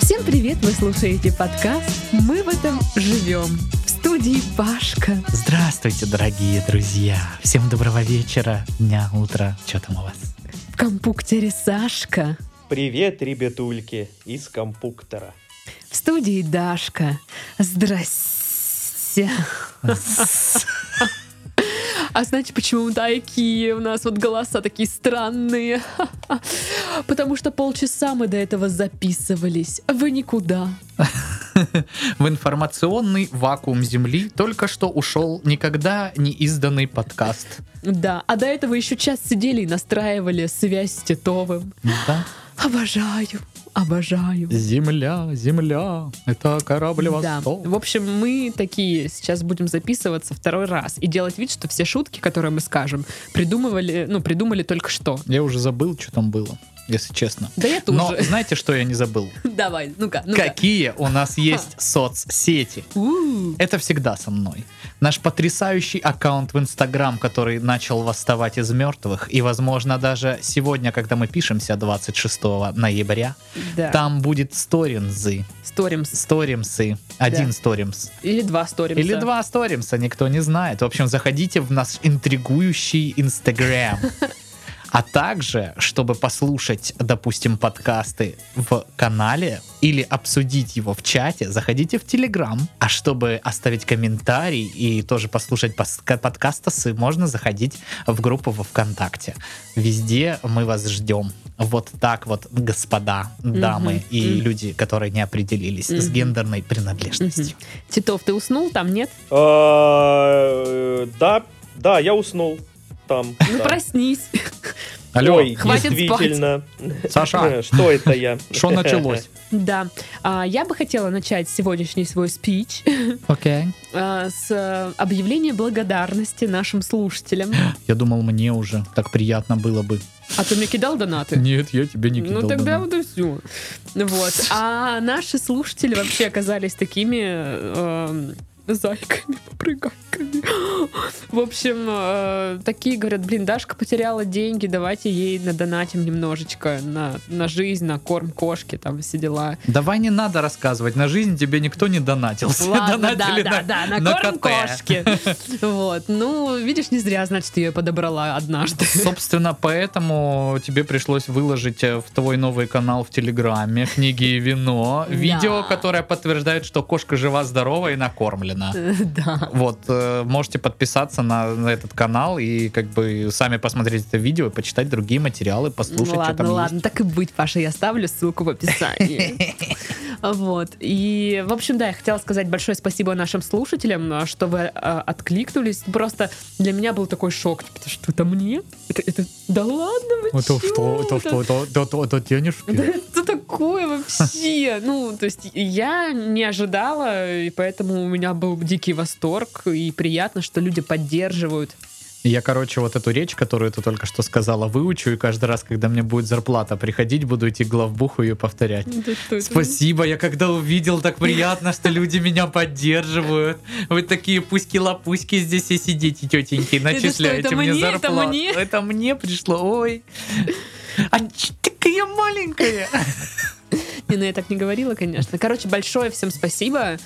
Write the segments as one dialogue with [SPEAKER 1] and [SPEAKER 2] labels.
[SPEAKER 1] Всем привет! Вы слушаете подкаст «Мы в этом живем». В студии Пашка.
[SPEAKER 2] Здравствуйте, дорогие друзья! Всем доброго вечера, дня, утра. Что там у вас?
[SPEAKER 1] В компуктере Сашка.
[SPEAKER 3] Привет, ребятульки из компуктора.
[SPEAKER 1] В студии Дашка. Здрасте. А знаете, почему мы такие? У нас вот голоса такие странные. Потому что полчаса мы до этого записывались. Вы никуда.
[SPEAKER 2] В информационный вакуум Земли только что ушел никогда не изданный подкаст.
[SPEAKER 1] Да, а до этого еще час сидели и настраивали связь с Титовым.
[SPEAKER 2] Да?
[SPEAKER 1] Обожаю, обожаю.
[SPEAKER 2] Земля, земля, это корабль
[SPEAKER 1] Да. В общем, мы такие сейчас будем записываться второй раз и делать вид, что все шутки, которые мы скажем, придумывали, ну, придумали только что.
[SPEAKER 2] Я уже забыл, что там было, если честно.
[SPEAKER 1] Да я тоже.
[SPEAKER 2] Но знаете, что я не забыл?
[SPEAKER 1] Давай, ну-ка,
[SPEAKER 2] Ну
[SPEAKER 1] ну-ка.
[SPEAKER 2] Какие у нас есть соцсети?
[SPEAKER 1] У,
[SPEAKER 2] Это всегда со мной. Наш потрясающий аккаунт в Инстаграм, который начал восставать из мертвых, и, возможно, даже сегодня, когда мы пишемся, 26 ноября,
[SPEAKER 1] Да.
[SPEAKER 2] там будет сторинзы,
[SPEAKER 1] Сторимс.
[SPEAKER 2] сторимсы, один
[SPEAKER 1] Да.
[SPEAKER 2] сторимс.
[SPEAKER 1] Или два сторимса.
[SPEAKER 2] Или два сторимса, никто не знает. В общем, заходите в наш интригующий Инстаграм. А также, чтобы послушать, допустим, подкасты в канале или обсудить его в чате, заходите в Телеграм. А чтобы оставить комментарий и тоже послушать подка- подкастасы, можно заходить в группу во ВКонтакте. Везде мы вас ждем. Вот так вот, господа, дамы
[SPEAKER 1] Мгм,
[SPEAKER 2] и
[SPEAKER 1] мгм.
[SPEAKER 2] люди, которые не определились с
[SPEAKER 1] Мгм.
[SPEAKER 2] гендерной принадлежностью.
[SPEAKER 1] Титов, ты уснул там, нет?
[SPEAKER 3] Э, Да, да, я уснул там.
[SPEAKER 1] Ну,
[SPEAKER 3] да.
[SPEAKER 1] проснись.
[SPEAKER 3] Ой,
[SPEAKER 1] Хватит
[SPEAKER 3] действительно. Э,
[SPEAKER 2] Саша.
[SPEAKER 3] Что это я?
[SPEAKER 2] Что началось?
[SPEAKER 1] Да. А, я бы хотела начать сегодняшний свой спич
[SPEAKER 2] Окей.
[SPEAKER 1] а, с а, объявления благодарности нашим слушателям.
[SPEAKER 2] Я думал, мне уже так приятно было бы.
[SPEAKER 1] А ты мне кидал донаты?
[SPEAKER 2] Нет, я тебе не кидал.
[SPEAKER 1] Ну тогда
[SPEAKER 2] донат.
[SPEAKER 1] вот и все. Вот. А наши слушатели вообще оказались такими эм, зайками, попрыгайками. В общем, э, такие говорят, блин, Дашка потеряла деньги, давайте ей надонатим немножечко на, на жизнь, на корм кошки, там все дела.
[SPEAKER 2] Давай не надо рассказывать, на жизнь тебе никто не донатил. Все
[SPEAKER 1] Ладно, да,
[SPEAKER 2] донатили
[SPEAKER 1] да,
[SPEAKER 2] на-
[SPEAKER 1] да, на,
[SPEAKER 2] на
[SPEAKER 1] корм
[SPEAKER 2] коте.
[SPEAKER 1] кошки. Вот, ну, видишь, не зря, значит, ее подобрала однажды.
[SPEAKER 2] Собственно, поэтому тебе пришлось выложить э, в твой новый канал в Телеграме книги и вино,
[SPEAKER 1] Да.
[SPEAKER 2] видео, которое подтверждает, что кошка жива-здорова и накормлена.
[SPEAKER 1] Да.
[SPEAKER 2] Вот, э, можете подписаться на, на этот канал и как бы сами посмотреть это видео, и почитать другие материалы, послушать,
[SPEAKER 1] Ну ладно,
[SPEAKER 2] что там
[SPEAKER 1] ладно, так и быть, Паша, я оставлю ссылку в описании. Вот. И, в общем, да, я хотела сказать большое спасибо нашим слушателям, а, что вы э, откликнулись. Просто для меня был такой шок, потому что это мне? Это, это- да ладно, вы
[SPEAKER 2] есть. Это
[SPEAKER 1] чё?
[SPEAKER 2] что, это
[SPEAKER 1] Это-
[SPEAKER 2] что, это- это- это- это денежки?
[SPEAKER 1] да это такое вообще? Ну, то есть я не ожидала, и поэтому у меня был дикий восторг, и приятно, что люди поддерживают.
[SPEAKER 2] Я, короче, вот эту речь, которую ты только что сказала, выучу, и каждый раз, когда мне будет зарплата приходить, буду идти к главбуху ее повторять.
[SPEAKER 1] Да что это?
[SPEAKER 2] Спасибо, я когда увидел, так приятно, что люди меня поддерживают. Вы такие пуськи-лопуськи здесь и сидите, тетеньки, начисляете
[SPEAKER 1] это
[SPEAKER 2] мне
[SPEAKER 1] мне? Это
[SPEAKER 2] зарплату.
[SPEAKER 1] мне?
[SPEAKER 2] Это мне пришло, ой. А чё такая маленькая.
[SPEAKER 1] Не, ну я так не говорила, конечно. Короче, большое всем спасибо,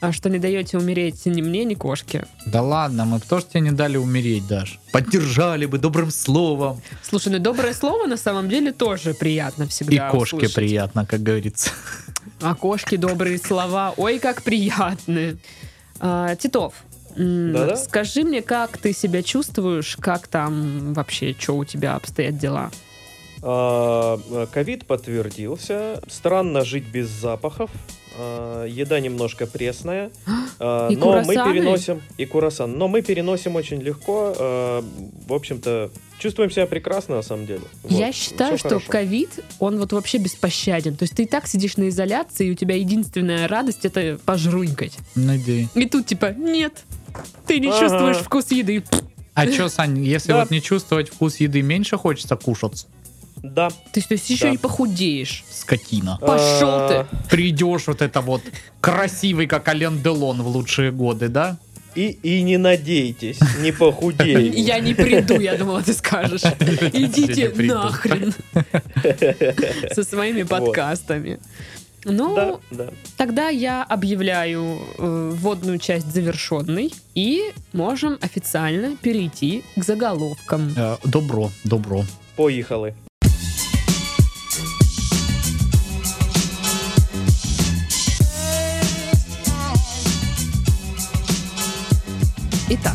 [SPEAKER 1] а, что не даете умереть ни мне, ни кошке.
[SPEAKER 2] Да ладно, мы тоже тебе не дали умереть, даже. Поддержали бы добрым словом.
[SPEAKER 1] Слушай, ну доброе слово на самом деле тоже приятно всегда.
[SPEAKER 2] И кошке
[SPEAKER 1] услышать.
[SPEAKER 2] приятно, как говорится.
[SPEAKER 1] А кошки добрые слова, ой, как приятны. А, Титов, м,
[SPEAKER 3] Да-да.
[SPEAKER 1] скажи мне, как ты себя чувствуешь, как там вообще, что у тебя обстоят дела?
[SPEAKER 3] А, э, Ковид подтвердился. Странно жить без запахов. А, Еда немножко пресная. А,
[SPEAKER 1] И
[SPEAKER 3] Но мы
[SPEAKER 1] курасаны.
[SPEAKER 3] переносим... И курасан. Но мы переносим очень легко. А, В общем-то, чувствуем себя прекрасно, на самом деле.
[SPEAKER 1] Я
[SPEAKER 3] Вот.
[SPEAKER 1] считаю,
[SPEAKER 3] Всё
[SPEAKER 1] что
[SPEAKER 3] хорошо.
[SPEAKER 1] ковид, он вот вообще беспощаден. То есть ты и так сидишь на изоляции, и у тебя единственная радость это пожрунькать.
[SPEAKER 2] Надеюсь.
[SPEAKER 1] И тут типа, нет, ты не
[SPEAKER 3] Ага.
[SPEAKER 1] чувствуешь вкус еды.
[SPEAKER 2] А чё, Сань, если
[SPEAKER 3] Да.
[SPEAKER 2] вот не чувствовать вкус еды, меньше хочется кушать?
[SPEAKER 3] Да.
[SPEAKER 1] Ты то есть еще
[SPEAKER 3] Да.
[SPEAKER 1] и похудеешь.
[SPEAKER 2] Скотина.
[SPEAKER 1] Пошел ты.
[SPEAKER 3] А,
[SPEAKER 2] Придешь вот это вот красивый, как Ален Делон в лучшие годы, да?
[SPEAKER 3] И, и не надейтесь, не похудеете.
[SPEAKER 1] Я не приду, я думала, ты скажешь.
[SPEAKER 2] Я не
[SPEAKER 1] Идите
[SPEAKER 2] приду.
[SPEAKER 1] нахрен. Со своими подкастами. Ну,
[SPEAKER 3] Да, да.
[SPEAKER 1] тогда я объявляю э, вводную часть завершенной и можем официально перейти к заголовкам.
[SPEAKER 2] Э, Добро, добро.
[SPEAKER 3] Поехали.
[SPEAKER 1] Итак,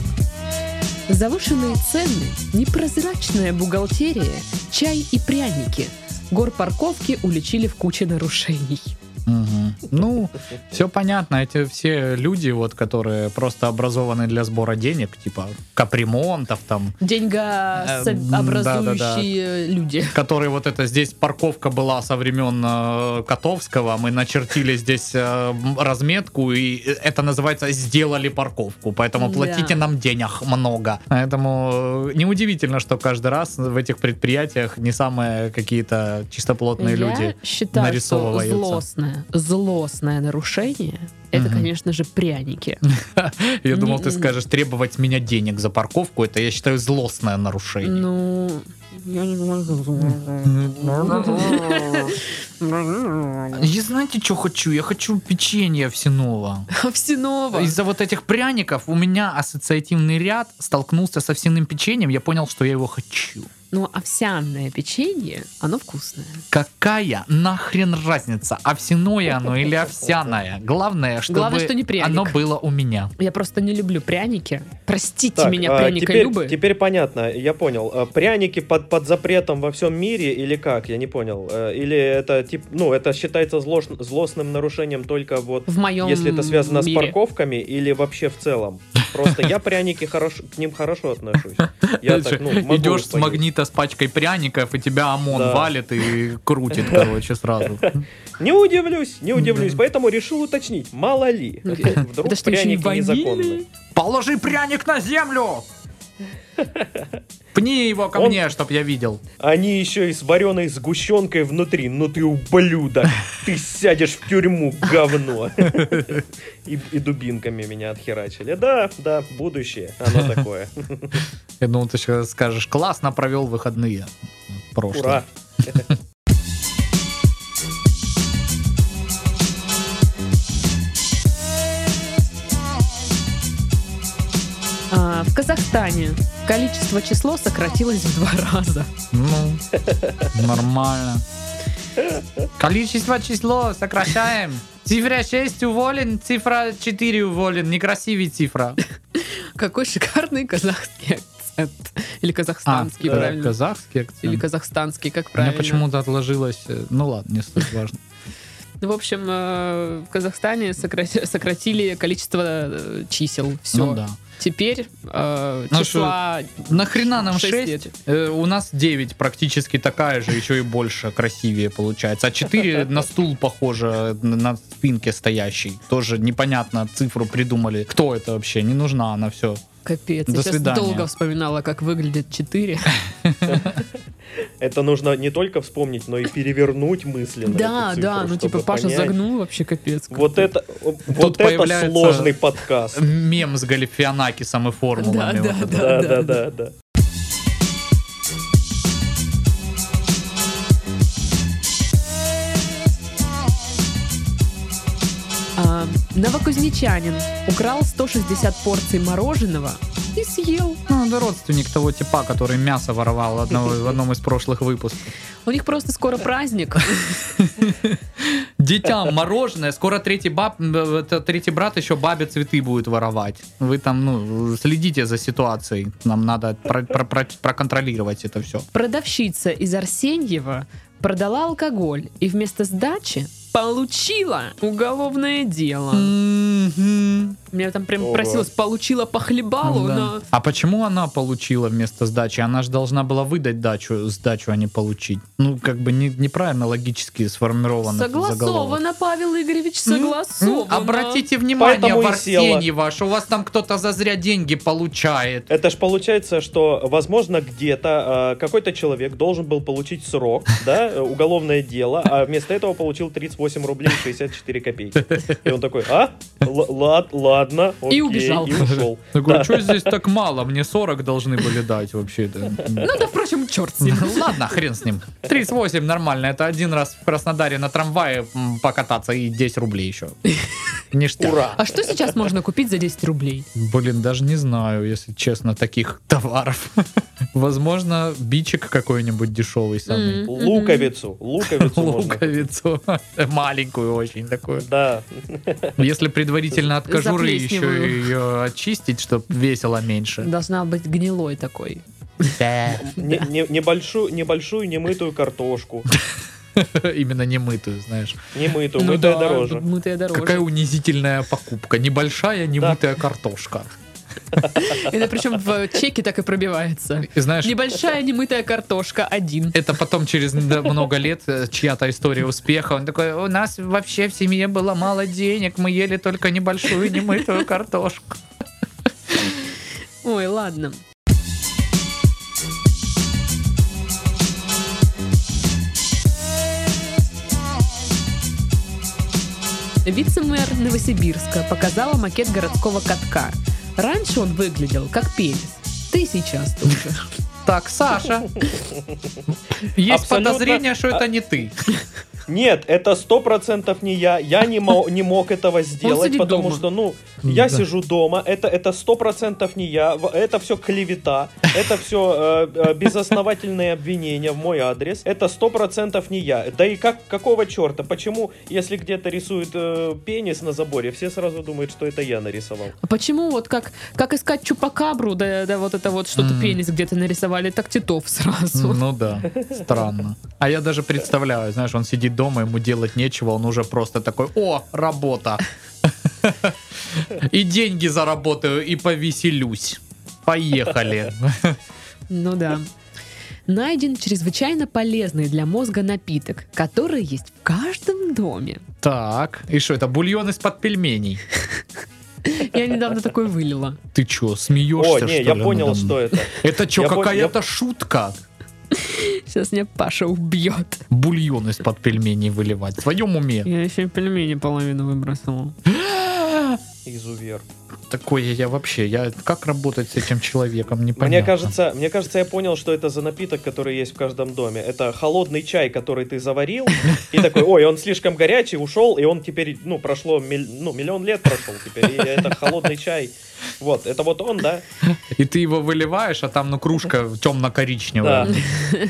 [SPEAKER 1] завышенные цены, непрозрачная бухгалтерия, чай и пряники. Гор парковки уличили в куче нарушений.
[SPEAKER 2] Мгм. Ну, все понятно. Эти все люди, вот, которые просто образованы для сбора денег, типа капремонтов там,
[SPEAKER 1] Деньгообразующие люди.
[SPEAKER 2] которые вот это здесь парковка была со времен э, Котовского, мы начертили здесь э, м, разметку, и это называется «сделали парковку», поэтому
[SPEAKER 1] Да.
[SPEAKER 2] платите нам денег много. Поэтому э, неудивительно, что каждый раз в этих предприятиях не самые какие-то чистоплотные
[SPEAKER 1] Я
[SPEAKER 2] люди.
[SPEAKER 1] считаю, что
[SPEAKER 2] нарисовываются.
[SPEAKER 1] злостное, злостное нарушение это,
[SPEAKER 2] Мгм.
[SPEAKER 1] конечно же, пряники.
[SPEAKER 2] Я думал, ты
[SPEAKER 1] Мгм.
[SPEAKER 2] скажешь, требовать с меня денег за парковку, это, я считаю, злостное нарушение.
[SPEAKER 1] Ну, я не могу.
[SPEAKER 2] Я знаете, что хочу? Я хочу печенье всеного.
[SPEAKER 1] Овсянова.
[SPEAKER 2] Из-за вот этих пряников у меня ассоциативный ряд столкнулся со овсяным печеньем, я понял, что я его хочу.
[SPEAKER 1] Но Ну, овсяное печенье, оно вкусное.
[SPEAKER 2] Какая нахрен разница, овсяное оно или овсяное? Главное, чтобы
[SPEAKER 1] Главное, что не пряник.
[SPEAKER 2] оно было у меня.
[SPEAKER 1] Я просто не люблю пряники. Простите
[SPEAKER 3] Так,
[SPEAKER 1] меня,
[SPEAKER 3] а,
[SPEAKER 1] пряника
[SPEAKER 3] теперь,
[SPEAKER 1] Любы.
[SPEAKER 3] теперь понятно, я понял. А, Пряники под, под запретом во всем мире или как? Я не понял. Э, Или это тип, ну, это считается злош- злостным нарушением только вот
[SPEAKER 1] В моем
[SPEAKER 3] если это связано с
[SPEAKER 1] мире.
[SPEAKER 3] парковками или вообще в целом. Просто я пряники хорошо к ним хорошо отношусь. Я так, ну, могу
[SPEAKER 2] Идешь с
[SPEAKER 3] поесть.
[SPEAKER 2] магнита с пачкой пряников, и тебя ОМОН
[SPEAKER 3] Да.
[SPEAKER 2] валит и крутит, короче, сразу.
[SPEAKER 3] Не удивлюсь, не удивлюсь,
[SPEAKER 2] Да.
[SPEAKER 3] поэтому решил уточнить, мало ли, вдруг
[SPEAKER 1] Это что, еще и
[SPEAKER 3] пряники незаконные.
[SPEAKER 1] ванильные?
[SPEAKER 2] Положи пряник на землю! Пни его ко
[SPEAKER 3] Он-
[SPEAKER 2] мне, чтоб я видел.
[SPEAKER 3] Они еще и с вареной сгущенкой внутри. Ну ты ублюдок, ты сядешь в тюрьму, говно. И, и дубинками меня отхерачили. Да, да, будущее, оно такое.
[SPEAKER 2] Я думал, ты сейчас скажешь, классно провел выходные. Прошлые.
[SPEAKER 3] Ура.
[SPEAKER 1] А, в Казахстане количество число сократилось в два раза.
[SPEAKER 2] Ну, нормально. Количество число сокращаем. Цифра 6 уволен, цифра 4 уволен. Некрасивая цифра.
[SPEAKER 1] Какой шикарный казахский акцент. Или казахстанский,
[SPEAKER 3] да,
[SPEAKER 1] правильно.
[SPEAKER 2] А, казахский акцент.
[SPEAKER 1] Или казахстанский, как
[SPEAKER 2] У меня
[SPEAKER 1] правильно.
[SPEAKER 2] почему-то отложилось... э, Ну ладно, не столь важно.
[SPEAKER 1] Ну, В общем, э, в Казахстане сократи- сократили количество э, чисел. Все.
[SPEAKER 2] Ну да.
[SPEAKER 1] Теперь э,
[SPEAKER 2] Ну
[SPEAKER 1] числа...
[SPEAKER 2] Нахрена нам
[SPEAKER 1] Шесть
[SPEAKER 2] 6?
[SPEAKER 1] лет.
[SPEAKER 2] у нас 9 практически такая же, еще и больше, красивее получается. А 4 на стул похоже, на- на спинке стоящий. Тоже непонятно, цифру придумали. Кто это вообще? Не нужна она все.
[SPEAKER 1] Капец,
[SPEAKER 2] До
[SPEAKER 1] я сейчас
[SPEAKER 2] свидания.
[SPEAKER 1] долго вспоминала, как выглядит 4.
[SPEAKER 3] Это нужно не только вспомнить, но и перевернуть мысленно.
[SPEAKER 1] Да,
[SPEAKER 3] эту цифру,
[SPEAKER 1] да, ну типа
[SPEAKER 3] чтобы
[SPEAKER 1] Паша
[SPEAKER 3] понять.
[SPEAKER 1] загнул вообще капец. как.
[SPEAKER 3] Вот это, вот это
[SPEAKER 2] появляется-
[SPEAKER 3] сложный подкаст.
[SPEAKER 2] Мем с Галифианакисом и
[SPEAKER 1] Да,
[SPEAKER 2] формулами.
[SPEAKER 1] да,
[SPEAKER 2] вот это.
[SPEAKER 1] да, да, да.
[SPEAKER 3] да, да.
[SPEAKER 1] А, Новокузнечанин украл 160 порций мороженого и съел.
[SPEAKER 2] Ну, это родственник того типа, который мясо воровал одного- в одном из прошлых выпусков.
[SPEAKER 1] У них просто скоро праздник.
[SPEAKER 2] Дитя мороженое, скоро третий, баб, э, это третий брат еще бабе цветы будет воровать. Вы там, ну, следите за ситуацией. Нам надо про- про- про- проконтролировать это все.
[SPEAKER 1] Продавщица из Арсеньева продала алкоголь и вместо сдачи получила уголовное дело. Меня там прям
[SPEAKER 3] Ого.
[SPEAKER 1] просилось, получила по хлебалу, но...
[SPEAKER 2] А почему она получила вместо сдачи? Она же должна была выдать дачу, сдачу, а не получить. Ну, как бы не- неправильно логически сформировано. этот заголовок.
[SPEAKER 1] Согласовано, Павел Игоревич,
[SPEAKER 2] М,
[SPEAKER 1] согласовано.
[SPEAKER 2] Обратите внимание,
[SPEAKER 3] Поэтому и села.
[SPEAKER 2] Варсеньева, что у вас там кто-то зазря деньги получает.
[SPEAKER 3] Это ж получается, что, возможно, где-то э, какой-то человек должен был получить срок, да, э, уголовное дело, а вместо этого получил 38 рублей 64 копейки. И он такой, а? Л- лад- ладно, окей,
[SPEAKER 1] убежал.
[SPEAKER 3] И ушел.
[SPEAKER 2] Я говорю, что здесь так мало? Мне 40 должны были дать вообще.
[SPEAKER 1] Ну да, впрочем, черт с ним.
[SPEAKER 2] Ну, Ладно, хрен с ним. 38 нормально. Это один раз в Краснодаре на трамвае м, покататься и 10 рублей еще. Ништяк.
[SPEAKER 3] Ура!
[SPEAKER 1] А что сейчас можно купить за 10 рублей?
[SPEAKER 2] Блин, даже не знаю, если честно, таких товаров. Возможно, бичик какой-нибудь дешевый самый.
[SPEAKER 1] М.
[SPEAKER 3] Луковицу, луковицу можно.
[SPEAKER 2] Луковицу. Маленькую очень такую.
[SPEAKER 3] Да,
[SPEAKER 2] Ну, Если предварительно от кожуры еще
[SPEAKER 1] Заплесневую.
[SPEAKER 2] ее очистить, чтобы весело меньше.
[SPEAKER 1] Должна быть гнилой такой.
[SPEAKER 3] не- не- небольшую, небольшую немытую картошку.
[SPEAKER 2] Именно немытую, знаешь.
[SPEAKER 3] Немытую,
[SPEAKER 1] Ну
[SPEAKER 3] мытая
[SPEAKER 1] да,
[SPEAKER 3] дороже.
[SPEAKER 1] Мытая дороже.
[SPEAKER 2] Какая унизительная покупка. Небольшая немытая картошка.
[SPEAKER 1] Это причем в чеке так и пробивается.
[SPEAKER 2] И знаешь,
[SPEAKER 1] Небольшая немытая картошка один.
[SPEAKER 2] это потом через н- много лет э, чья-то история успеха. Он такой, у нас вообще в семье было мало денег, мы ели только небольшую немытую картошку.
[SPEAKER 1] Ой, ладно. Вице-мэр Новосибирска показала макет городского катка. Раньше он выглядел как пенис. Ты сейчас тоже.
[SPEAKER 2] Так, Саша, есть
[SPEAKER 3] Абсолютно.
[SPEAKER 2] подозрение, что это не ты.
[SPEAKER 3] Нет, это сто процентов не я. Я не, мо- не мог этого сделать,
[SPEAKER 1] сидит
[SPEAKER 3] потому
[SPEAKER 1] дома.
[SPEAKER 3] что, ну, я
[SPEAKER 2] Да.
[SPEAKER 3] сижу дома. Это это сто процентов не я. В- Это все клевета. Это все безосновательные обвинения в мой адрес. Это сто процентов не я. Да и как какого черта? Почему, если где-то рисуют э, пенис на заборе, все сразу думают, что это я нарисовал?
[SPEAKER 1] А Почему вот как, как искать чупакабру, да, да вот это вот что-то
[SPEAKER 2] М.
[SPEAKER 1] пенис где-то нарисовали, так титов сразу.
[SPEAKER 2] Ну да, странно. А я даже представляю, знаешь, он сидит дома, ему делать нечего, он уже просто такой, о, работа. И деньги заработаю, и повеселюсь. Поехали.
[SPEAKER 1] Ну да. Найден чрезвычайно полезный для мозга напиток, который есть в каждом доме.
[SPEAKER 2] Так, и что, это бульон из-под пельменей?
[SPEAKER 1] Я недавно такой вылила.
[SPEAKER 2] Ты чё, смеешься,
[SPEAKER 3] О, не, я понял, что
[SPEAKER 2] это.
[SPEAKER 3] это.
[SPEAKER 2] Это чё,
[SPEAKER 3] Я пон-
[SPEAKER 2] какая-то шутка?
[SPEAKER 1] Сейчас меня Паша убьет.
[SPEAKER 2] Бульон из-под пельменей выливать. В своем уме.
[SPEAKER 1] Я еще и пельмени половину выбросила.
[SPEAKER 3] Изувер.
[SPEAKER 2] Такое я вообще, я как работать с этим человеком, непонятно.
[SPEAKER 3] Мне кажется, мне кажется, я понял, что это за напиток, который есть в каждом доме. Это холодный чай, который ты заварил, и такой, ой, он слишком горячий, ушел, и он теперь, ну, прошло, миль- ну, миллион лет прошел теперь, и это холодный чай. Вот, это вот он, да?
[SPEAKER 2] И ты его выливаешь, а там, ну, кружка темно-коричневая.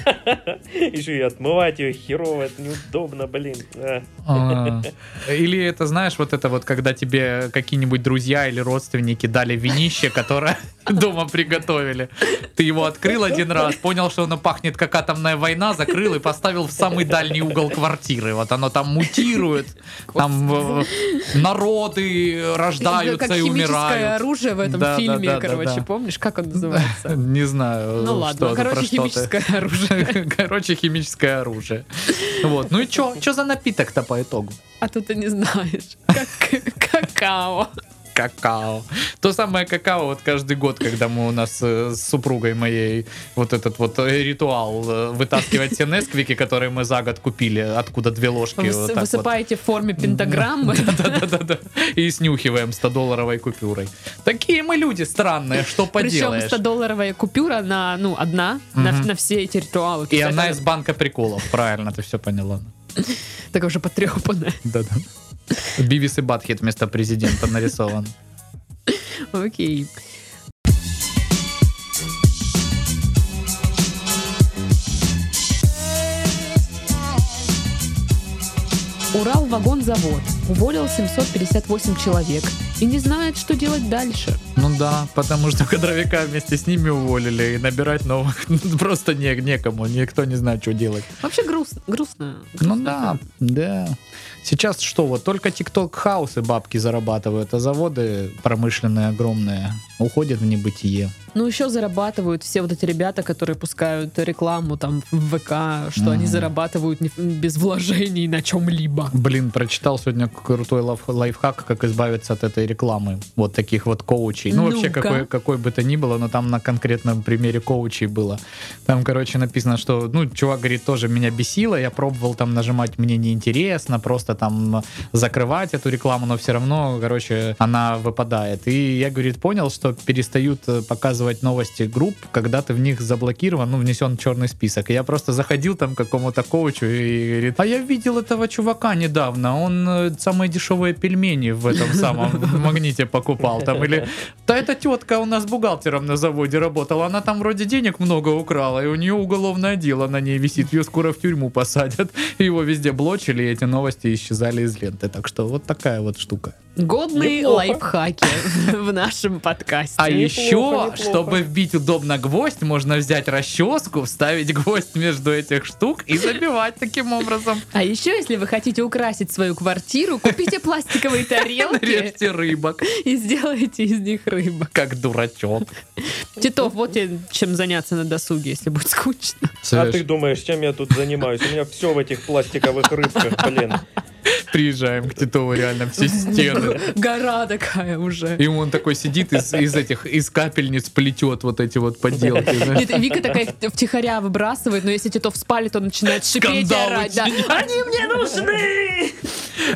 [SPEAKER 3] Да. Еще и отмывать ее херово, это неудобно, блин. А.
[SPEAKER 2] А. Или это, знаешь, вот это вот, когда тебе какие-нибудь друзья или родственники дали винище, которое дома приготовили. Ты его открыл один раз, понял, что оно пахнет как атомная война, закрыл и поставил в самый дальний угол квартиры. Вот оно там мутирует, там э, народы
[SPEAKER 1] как
[SPEAKER 2] рождаются и
[SPEAKER 1] химическое
[SPEAKER 2] умирают.
[SPEAKER 1] оружие в этом
[SPEAKER 2] Да, да,
[SPEAKER 1] фильме,
[SPEAKER 2] да, да,
[SPEAKER 1] короче,
[SPEAKER 2] да.
[SPEAKER 1] помнишь, как он называется?
[SPEAKER 2] Не знаю,
[SPEAKER 1] Ну ладно,
[SPEAKER 2] что это,
[SPEAKER 1] короче,
[SPEAKER 2] про что ты.
[SPEAKER 1] химическое оружие.
[SPEAKER 2] Короче, химическое оружие. Вот. Ну и чё? Чё за напиток-то по итогу?
[SPEAKER 1] А тут ты не знаешь. Как какао.
[SPEAKER 2] какао. То самое какао вот каждый год, когда мы у нас э, с супругой моей вот этот вот э, ритуал э, вытаскивать все несквики, которые мы за год купили, откуда две ложки
[SPEAKER 1] Вы
[SPEAKER 2] вот
[SPEAKER 1] с-
[SPEAKER 2] так вот.
[SPEAKER 1] Высыпаете в форме пентаграммы.
[SPEAKER 2] Да-да-да-да. И снюхиваем 100-долларовой купюрой. Такие мы люди странные, что
[SPEAKER 1] Причем
[SPEAKER 2] поделаешь.
[SPEAKER 1] 100-долларовая купюра на, ну, одна, на,
[SPEAKER 2] Мгм.
[SPEAKER 1] на все эти ритуалы.
[SPEAKER 2] И она из банка приколов, правильно, ты все поняла.
[SPEAKER 1] Такая уже потрепанная.
[SPEAKER 2] Да-да. Бивис и Батхит вместо президента нарисован.
[SPEAKER 1] Окей. Урал-вагонзавод уволил 758 человек и не знает, что делать дальше.
[SPEAKER 2] Ну да, потому что кадровика вместе с ними уволили, и набирать новых просто не, некому, никто не знает, что делать.
[SPEAKER 1] Вообще грустно. грустно.
[SPEAKER 2] Ну да, да. Сейчас что, вот только тикток хаусы бабки зарабатывают, а заводы промышленные огромные уходят в небытие.
[SPEAKER 1] Ну еще зарабатывают все вот эти ребята, которые пускают рекламу там в ВК, что они
[SPEAKER 2] Мгм.
[SPEAKER 1] зарабатывают не- без вложений на чем-либо.
[SPEAKER 2] Блин, прочитал сегодня крутой лав- лайфхак, как избавиться от этой рекламы. Вот таких вот коучей, коучей. Ну, вообще,
[SPEAKER 1] Ну-ка.
[SPEAKER 2] какой, какой бы то ни было, но там на конкретном примере коучей было. Там, короче, написано, что, ну, чувак говорит, тоже меня бесило, я пробовал там нажимать, мне неинтересно, просто там закрывать эту рекламу, но все равно, короче, она выпадает. И я, говорит, понял, что перестают э, показывать новости групп, когда ты в них заблокирован, ну, внесен в черный список. И я просто заходил там к какому-то коучу и говорит, а я видел этого чувака недавно, он э, самые дешевые пельмени в этом самом в магните покупал там, или да эта тетка у нас бухгалтером на заводе работала, она там вроде денег много украла, и у нее уголовное дело на ней висит, ее скоро в тюрьму посадят. И Его везде блочили, и эти новости исчезали из ленты. Так что вот такая вот штука.
[SPEAKER 1] Годные
[SPEAKER 3] Неплохо.
[SPEAKER 1] лайфхаки в нашем подкасте.
[SPEAKER 2] А
[SPEAKER 3] Неплохо,
[SPEAKER 2] еще,
[SPEAKER 3] неплохо.
[SPEAKER 2] чтобы вбить удобно гвоздь, можно взять расческу, вставить гвоздь между этих штук и забивать таким образом.
[SPEAKER 1] А еще, если вы хотите украсить свою квартиру, купите пластиковые тарелки
[SPEAKER 2] Нарежьте рыбок,
[SPEAKER 1] и сделайте из них рыбок.
[SPEAKER 2] как дурачок. А
[SPEAKER 1] Титов, вот тебе чем заняться на досуге, если будет скучно.
[SPEAKER 3] А ты думаешь, чем я тут занимаюсь? У меня все в этих пластиковых рыбках, блин.
[SPEAKER 2] Приезжаем к Титову реально все стены.
[SPEAKER 1] Гора такая уже.
[SPEAKER 2] И он такой сидит из, из этих, из капельниц плетет вот эти вот поделки. знаешь.
[SPEAKER 1] Нет, Вика такая их втихаря выбрасывает, но если Титов спалит, он начинает шипеть и
[SPEAKER 2] Скандал
[SPEAKER 1] орать. да.
[SPEAKER 2] учинять.
[SPEAKER 1] Они мне нужны!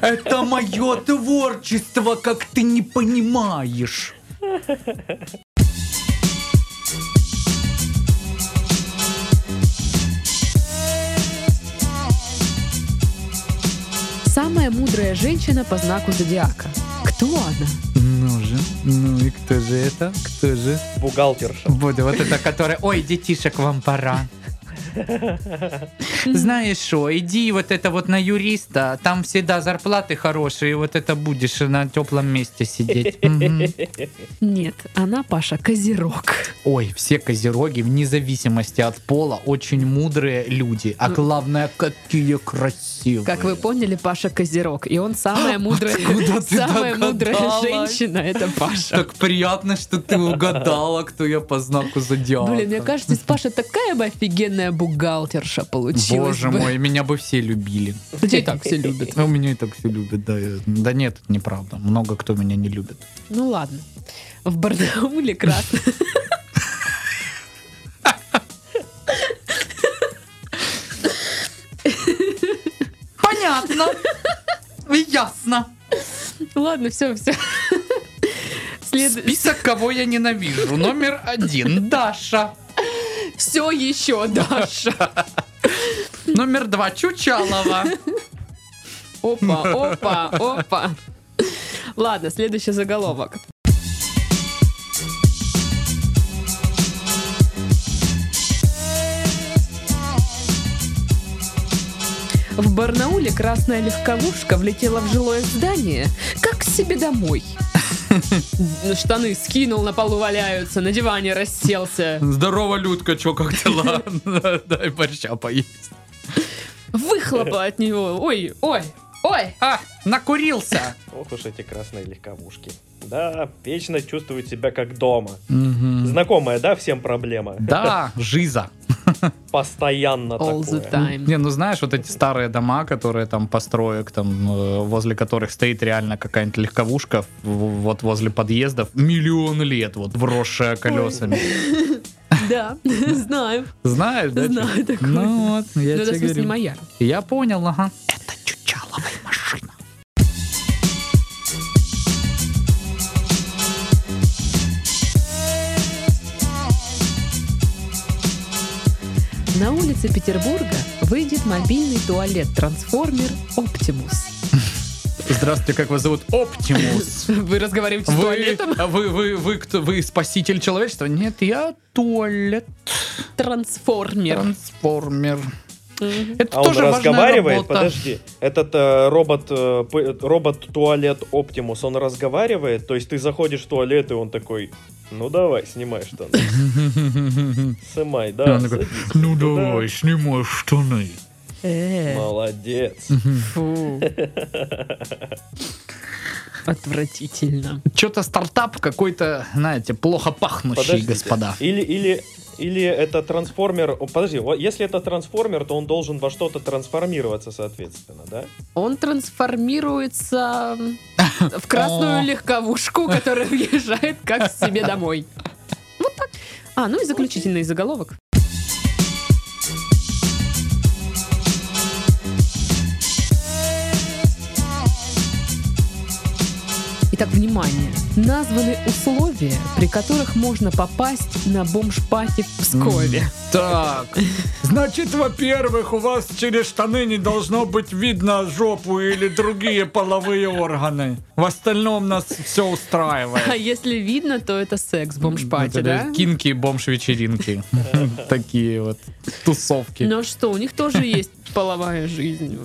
[SPEAKER 2] Это мое творчество, как ты не понимаешь.
[SPEAKER 1] Самая мудрая женщина по знаку зодиака. Кто она?
[SPEAKER 2] Ну же, ну и кто же это? Кто же?
[SPEAKER 3] Бухгалтерша.
[SPEAKER 2] Буду вот это, которая... Ой, детишек, вам пора. Знаешь что, иди вот это вот на юриста, там всегда зарплаты хорошие, вот это будешь на теплом месте сидеть. Мгм.
[SPEAKER 1] Нет, она, Паша, козерог.
[SPEAKER 2] Ой, все козероги, вне зависимости от пола, очень мудрые люди. А главное, какие красивые.
[SPEAKER 1] Ну. Как вы поняли, Паша козерог. И он самая мудрая,
[SPEAKER 2] Откуда ты
[SPEAKER 1] самая мудрая
[SPEAKER 2] догадалась?
[SPEAKER 1] женщина, это Паша.
[SPEAKER 2] Так приятно, что ты угадала, кто я по знаку зодиака.
[SPEAKER 1] Блин, мне кажется, из Паши такая бы офигенная бухгалтерша получилась
[SPEAKER 2] Боже
[SPEAKER 1] бы.
[SPEAKER 2] мой, меня бы все любили.
[SPEAKER 1] Да тебя и так все любят.
[SPEAKER 2] Ну, меня и так все любят, да. я- Да нет, это неправда. Много кто меня не любит.
[SPEAKER 1] Ну ладно. В Барнауле красно.
[SPEAKER 2] Понятно. Ясно.
[SPEAKER 1] Ладно, все, все.
[SPEAKER 2] Список, кого я ненавижу. Номер один. Даша.
[SPEAKER 1] Все еще, Даша.
[SPEAKER 2] Номер два. Чучалова.
[SPEAKER 1] Опа, опа, опа. Ладно, следующий заголовок. В Барнауле красная легковушка влетела в жилое здание. Как к себе домой? Штаны скинул, на полу валяются, на диване расселся.
[SPEAKER 2] Здорово, Людка, чё, как дела? Дай борща поесть.
[SPEAKER 1] Выхлопа от него. Ой, ой, ой.
[SPEAKER 2] А, накурился.
[SPEAKER 3] Ох уж эти красные легковушки. Да, вечно чувствуют себя как дома. Знакомая, да, всем проблема?
[SPEAKER 2] Да, жиза.
[SPEAKER 3] Постоянно
[SPEAKER 1] All the
[SPEAKER 3] такое.
[SPEAKER 1] time.
[SPEAKER 2] Не, ну знаешь, вот эти старые дома, которые там построек, там, э, возле которых стоит реально какая-нибудь легковушка, в- вот возле подъездов, миллион лет, вот вросшая колесами.
[SPEAKER 1] Да, знаю.
[SPEAKER 2] Знаешь, да?
[SPEAKER 1] Знаю
[SPEAKER 2] чё?
[SPEAKER 1] такое.
[SPEAKER 2] Ну вот, я
[SPEAKER 1] Ну, это, в
[SPEAKER 2] тебе
[SPEAKER 1] смысле,
[SPEAKER 2] говорю.
[SPEAKER 1] моя.
[SPEAKER 2] Я понял, ага. Это чучаловая машина.
[SPEAKER 1] На улице Петербурга выйдет мобильный туалет-трансформер «Оптимус».
[SPEAKER 2] Здравствуйте, как вас зовут? Оптимус.
[SPEAKER 1] Вы разговариваете с
[SPEAKER 2] Вы,
[SPEAKER 1] туалетом?
[SPEAKER 2] а вы, вы, вы, кто, вы спаситель человечества? Нет, я туалет
[SPEAKER 1] Трансформер.
[SPEAKER 2] трансформер.
[SPEAKER 1] Мгм.
[SPEAKER 2] Это
[SPEAKER 3] А он
[SPEAKER 2] тоже важная
[SPEAKER 3] разговаривает,
[SPEAKER 2] работа.
[SPEAKER 3] подожди. Этот э, робот, э, п- робот-туалет Оптимус, он разговаривает, то есть ты заходишь в туалет, и он такой, ну давай, снимай штаны. Снимай,
[SPEAKER 2] И
[SPEAKER 3] да,
[SPEAKER 2] он такой,
[SPEAKER 3] садись.
[SPEAKER 2] ну
[SPEAKER 3] Да.
[SPEAKER 2] давай, снимай штаны.
[SPEAKER 1] Э,
[SPEAKER 3] Молодец.
[SPEAKER 1] Фу. Отвратительно.
[SPEAKER 2] Что-то стартап какой-то, знаете, плохо пахнущий,
[SPEAKER 3] Подождите.
[SPEAKER 2] господа.
[SPEAKER 3] Или, или, или это трансформер... о, Подожди, о, если это трансформер, то он должен во что-то трансформироваться, соответственно, да?
[SPEAKER 1] Он трансформируется в красную
[SPEAKER 2] О.
[SPEAKER 1] легковушку, которая въезжает как себе домой. Вот так. А, ну и заключительный заголовок. Итак, внимание. Названы условия, при которых можно попасть на бомж-пати в Пскове.
[SPEAKER 2] Так.
[SPEAKER 4] Значит, во-первых, у вас через штаны не должно быть видно жопу или другие половые органы. В остальном нас все
[SPEAKER 1] А
[SPEAKER 4] устраивает.
[SPEAKER 1] если видно, то это секс бомж-пати,
[SPEAKER 2] Вот это
[SPEAKER 1] да?
[SPEAKER 2] Кинки и бомж-вечеринки. Такие вот тусовки.
[SPEAKER 1] Ну что, у них тоже есть половая жизнь.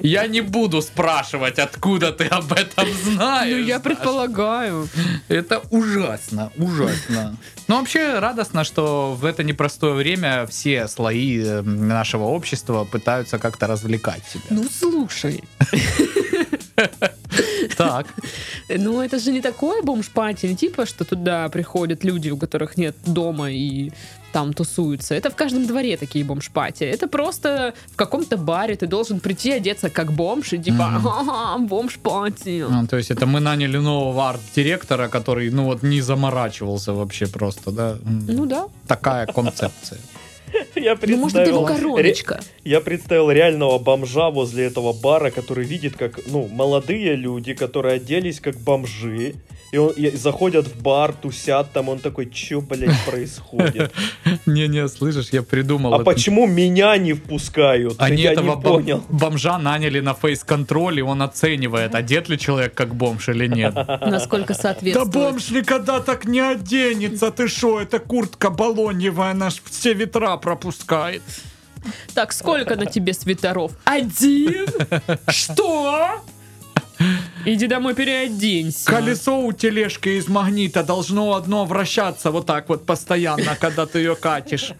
[SPEAKER 2] Я не буду спрашивать, откуда ты об этом знаешь.
[SPEAKER 1] Ну, я
[SPEAKER 2] Даша.
[SPEAKER 1] предполагаю.
[SPEAKER 2] Это ужасно, ужасно. Но вообще радостно, что в это непростое время все слои э, нашего общества пытаются как-то развлекать себя.
[SPEAKER 1] Ну, слушай,
[SPEAKER 2] Так.
[SPEAKER 1] ну это же не такое бомж-пати, не типа, что туда приходят люди, у которых нет дома и там тусуются. Это в каждом дворе такие бомж-пати. Это просто в каком-то баре ты должен прийти одеться как бомж и типа
[SPEAKER 2] Мгм.
[SPEAKER 1] «Ха-ха, бомж-пати.
[SPEAKER 2] Ну, то есть это мы наняли нового арт-директора, который, ну вот, не заморачивался вообще просто, да? М,
[SPEAKER 1] Ну да.
[SPEAKER 2] Такая концепция.
[SPEAKER 3] Я
[SPEAKER 1] Ну, может, это
[SPEAKER 3] представил- ре-
[SPEAKER 1] короночка.
[SPEAKER 3] Я представил реального бомжа возле этого бара, который видит, как, ну, молодые люди, которые оделись как бомжи, и, он, и заходят в бар, тусят там, он такой, чё, блядь, происходит?
[SPEAKER 2] Не-не, слышишь, я придумал.
[SPEAKER 3] А
[SPEAKER 2] это.
[SPEAKER 3] почему меня не впускают?
[SPEAKER 2] Они
[SPEAKER 3] Я
[SPEAKER 2] этого
[SPEAKER 3] не
[SPEAKER 2] бом-
[SPEAKER 3] понял.
[SPEAKER 2] бомжа наняли на фейс-контроль, и он оценивает, одет ли человек как бомж или нет.
[SPEAKER 1] Насколько
[SPEAKER 4] Да
[SPEAKER 1] соответствует.
[SPEAKER 4] бомж никогда так не оденется, ты шо, это куртка балоньевая, она ж все ветра пропускает.
[SPEAKER 1] Так, сколько на тебе свитеров? Один? Что? Иди домой переоденься.
[SPEAKER 4] Колесо у тележки из магнита должно одно вращаться вот так вот постоянно, когда ты ее катишь.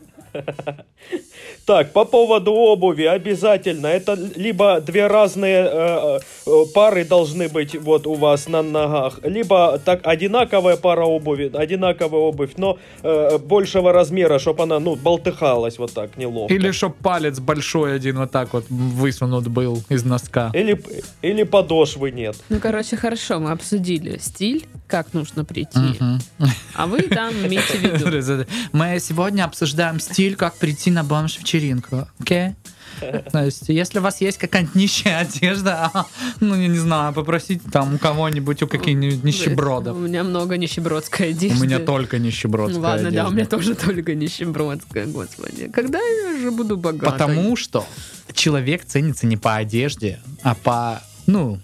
[SPEAKER 3] Так, по поводу обуви обязательно. Это либо две разные э, э, пары должны быть вот у вас на ногах, либо так одинаковая пара обуви, одинаковая обувь, но э, большего размера, чтобы она ну болтыхалась вот так неловко.
[SPEAKER 2] Или чтоб палец большой один вот так вот высунут был из носка.
[SPEAKER 3] или или подошвы нет.
[SPEAKER 1] Ну, короче, хорошо, мы обсудили стиль, как нужно прийти.
[SPEAKER 2] Мгм.
[SPEAKER 1] А вы там имейте в виду.
[SPEAKER 2] Мы сегодня обсуждаем стиль, как прийти на бомж-вечеринку. Окей? То есть, если у вас есть какая-нибудь нищая одежда, а, ну, я не знаю, попросите там у кого-нибудь, у каких-нибудь нищебродов.
[SPEAKER 1] У меня много нищебродской
[SPEAKER 2] У
[SPEAKER 1] одежды.
[SPEAKER 2] меня только нищебродская
[SPEAKER 1] Ну ладно, да, у меня тоже
[SPEAKER 2] одежда.
[SPEAKER 1] только нищебродская, господи. Когда я же буду богатой?
[SPEAKER 2] Потому что человек ценится не по одежде, а по, ну,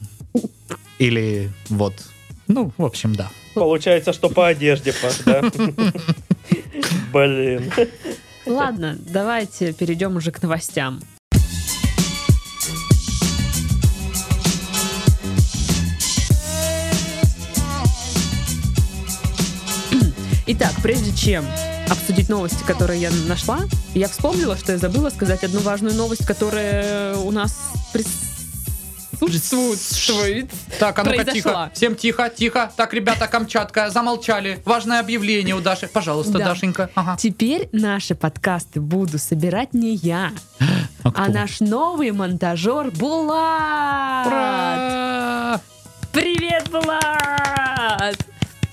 [SPEAKER 2] или вот, ну, в общем, да.
[SPEAKER 3] Получается, что по одежде, Паш, да? Блин.
[SPEAKER 1] Ладно, давайте перейдем уже к новостям. Итак, прежде чем обсудить новости, которые я нашла, я вспомнила, что я забыла сказать одну важную новость, которая у нас присутствует.
[SPEAKER 2] Так, а ну-ка
[SPEAKER 1] Произошла.
[SPEAKER 2] тихо. Всем тихо, тихо. Так, ребята, Камчатка, замолчали. Важное объявление у Даши. Пожалуйста,
[SPEAKER 1] Да.
[SPEAKER 2] Дашенька. Ага.
[SPEAKER 1] Теперь наши подкасты буду собирать не я, а наш новый монтажер Булат.
[SPEAKER 2] Ура!
[SPEAKER 1] Привет, Булат!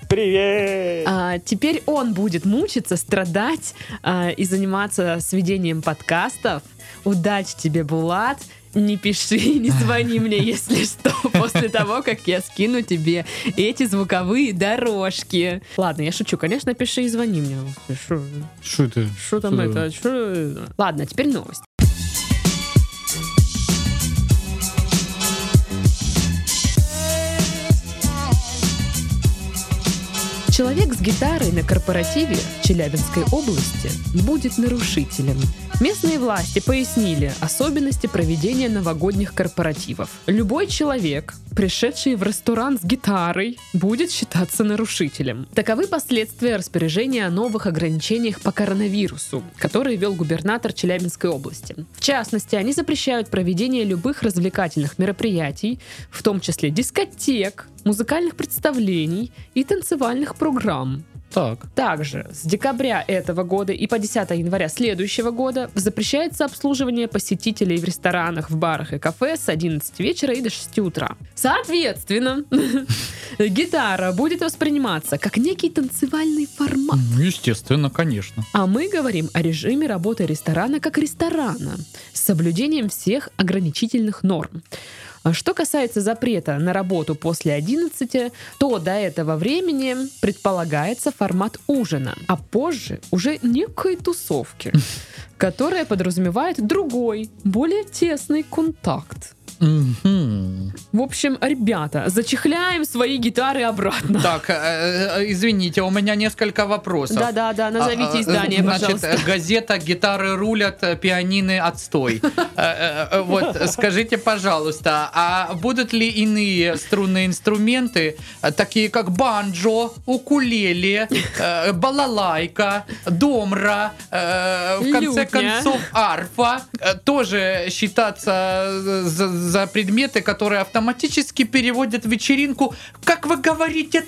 [SPEAKER 3] Привет.
[SPEAKER 1] А, теперь он будет мучиться, страдать а, и заниматься сведением подкастов. Удачи тебе, Булат! Не пиши, не звони мне, если что, после того, как я скину тебе эти звуковые дорожки. Ладно, я шучу, конечно, пиши и звони мне. Шо-
[SPEAKER 2] Что это?
[SPEAKER 1] Что там
[SPEAKER 2] Что?
[SPEAKER 1] это? Шо- Ладно, теперь новость. Человек с гитарой на корпоративе Челябинской области будет нарушителем. Местные власти пояснили особенности проведения новогодних корпоративов. Любой человек, пришедший в ресторан с гитарой, будет считаться нарушителем. Таковы последствия распоряжения о новых ограничениях по коронавирусу, которые вел губернатор Челябинской области. В частности, они запрещают проведение любых развлекательных мероприятий, в том числе дискотек, музыкальных представлений и танцевальных программ.
[SPEAKER 2] Так.
[SPEAKER 1] Также с декабря этого года и по 10 января следующего года запрещается обслуживание посетителей в ресторанах, в барах и кафе с 11 вечера и до 6 утра. Соответственно, гитара будет восприниматься как некий танцевальный формат.
[SPEAKER 2] Ну, Естественно, конечно.
[SPEAKER 1] А мы говорим о режиме работы ресторана как ресторана с соблюдением всех ограничительных норм. А Что касается запрета на работу после 11, то до этого времени предполагается формат ужина, а позже уже некой тусовки, которая подразумевает другой, более тесный контакт.
[SPEAKER 2] Мгм.
[SPEAKER 1] В общем, ребята, зачехляем свои гитары обратно.
[SPEAKER 2] Так, э, э, извините, у меня несколько вопросов.
[SPEAKER 1] Да-да-да,
[SPEAKER 2] А, а,
[SPEAKER 1] назовите издание,
[SPEAKER 2] Значит,
[SPEAKER 1] пожалуйста.
[SPEAKER 2] э, газета «Гитары рулят, э, пианины отстой». Э, э, э, Вот, э, скажите, пожалуйста, а будут ли иные струнные инструменты, э, такие как банджо, укулеле, э, балалайка, домра, э, в конце
[SPEAKER 1] Лютня.
[SPEAKER 2] концов арфа, э, тоже считаться э, за, за предметы, которые автоматически переводят вечеринку, как вы говорите,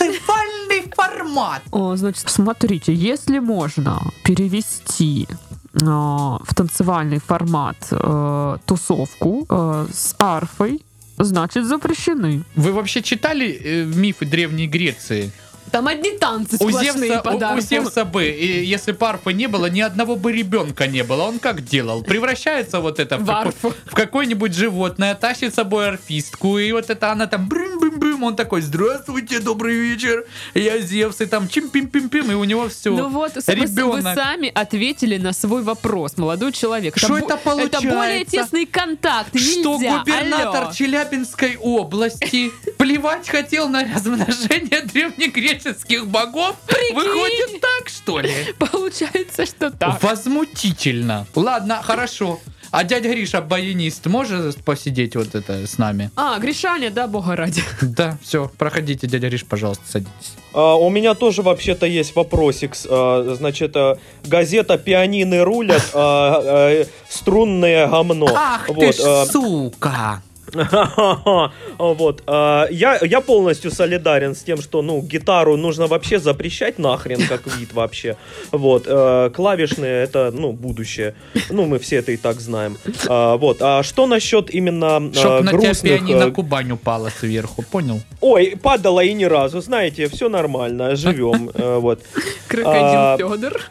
[SPEAKER 2] танцевальный формат?
[SPEAKER 1] О, Значит, смотрите, если можно перевести э, в танцевальный формат э, тусовку э, с арфой, значит запрещены.
[SPEAKER 2] Вы вообще читали э, мифы Древней Греции?
[SPEAKER 1] Там одни танцы
[SPEAKER 2] У Зевса, у- у Зевса бы, и если бы арфы не было, ни одного бы ребенка не было. Он как делал? Превращается вот это в,
[SPEAKER 1] В
[SPEAKER 2] какой-
[SPEAKER 1] арфу.
[SPEAKER 2] в какое-нибудь животное, тащит с собой арфистку, и вот это она там брым-брым-брым, он такой, здравствуйте, добрый вечер, я Зевс, и там чим-пим-пим-пим, и у него все.
[SPEAKER 1] Ну вот, с- вы, вы
[SPEAKER 2] Ребенок.
[SPEAKER 1] сами ответили на свой вопрос, молодой человек.
[SPEAKER 2] Что
[SPEAKER 1] бо-
[SPEAKER 2] это получается?
[SPEAKER 1] Это более тесный контакт,
[SPEAKER 2] что
[SPEAKER 1] нельзя,
[SPEAKER 2] губернатор
[SPEAKER 1] алло.
[SPEAKER 2] Челябинской области плевать хотел на размножение древнегреческих богов? Выходит так, что ли?
[SPEAKER 1] Получается, что так.
[SPEAKER 2] Возмутительно. Ладно, хорошо. А дядя Гриша, баянист, может посидеть вот это с нами?
[SPEAKER 1] А, Гришаня, да, бога ради.
[SPEAKER 2] Да, все, проходите, дядя Гриш, пожалуйста, садитесь.
[SPEAKER 3] А, у меня тоже вообще-то есть вопросик. с, а, значит, а, газета «Пианины рулят», а, э, струнное гомно.
[SPEAKER 2] Ах ты
[SPEAKER 3] Вот,
[SPEAKER 2] ж,
[SPEAKER 3] а,
[SPEAKER 2] сука!
[SPEAKER 3] Вот. а, Я, я полностью солидарен с тем, что, ну, гитару нужно вообще запрещать нахрен, как вид вообще. Вот. э, Клавишные — это, ну, будущее. Ну, мы все это и так знаем. А, Вот. А что насчет именно э,
[SPEAKER 2] Чтоб на тебя
[SPEAKER 3] грустных...
[SPEAKER 2] пианино
[SPEAKER 3] э,
[SPEAKER 2] Кубань упала сверху, понял?
[SPEAKER 3] Ой, падала и ни разу. Знаете, все нормально, живем. э, Вот.
[SPEAKER 1] Крокодил
[SPEAKER 3] А,
[SPEAKER 1] Федор.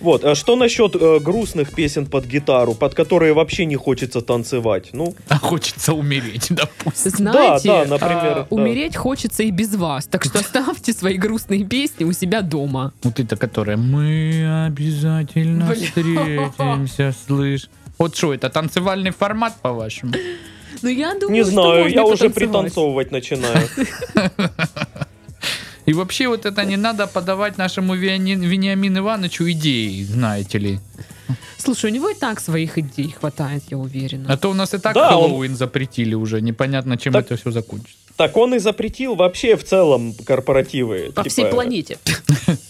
[SPEAKER 3] Вот. А что насчет э, грустных песен под гитару, под которые вообще не хочется танцевать? Ну,
[SPEAKER 2] А хочется умереть, допустим.
[SPEAKER 1] Знаете,
[SPEAKER 3] да, например,
[SPEAKER 1] а,
[SPEAKER 3] да.
[SPEAKER 1] умереть хочется и без вас, так что оставьте свои грустные песни у себя дома.
[SPEAKER 2] Вот это, которая «Мы обязательно
[SPEAKER 1] Бля.
[SPEAKER 2] встретимся, слышь». Вот что, это танцевальный формат, по-вашему?
[SPEAKER 1] Ну, я думаю,
[SPEAKER 3] не
[SPEAKER 1] что
[SPEAKER 3] знаю,
[SPEAKER 1] можно
[SPEAKER 3] я уже
[SPEAKER 1] потанцевать.
[SPEAKER 3] пританцовывать начинаю.
[SPEAKER 2] И вообще вот это не надо подавать нашему Вени- Вениамину Ивановичу идеи, знаете ли.
[SPEAKER 1] Слушай, у него и так своих идей хватает, я уверена.
[SPEAKER 2] А то у нас и так
[SPEAKER 3] Да, он-
[SPEAKER 2] Хэллоуин запретили уже. Непонятно, чем
[SPEAKER 3] Так-
[SPEAKER 2] это все закончится.
[SPEAKER 3] Так он и запретил вообще в целом корпоративы.
[SPEAKER 1] По
[SPEAKER 3] типа,
[SPEAKER 1] всей планете.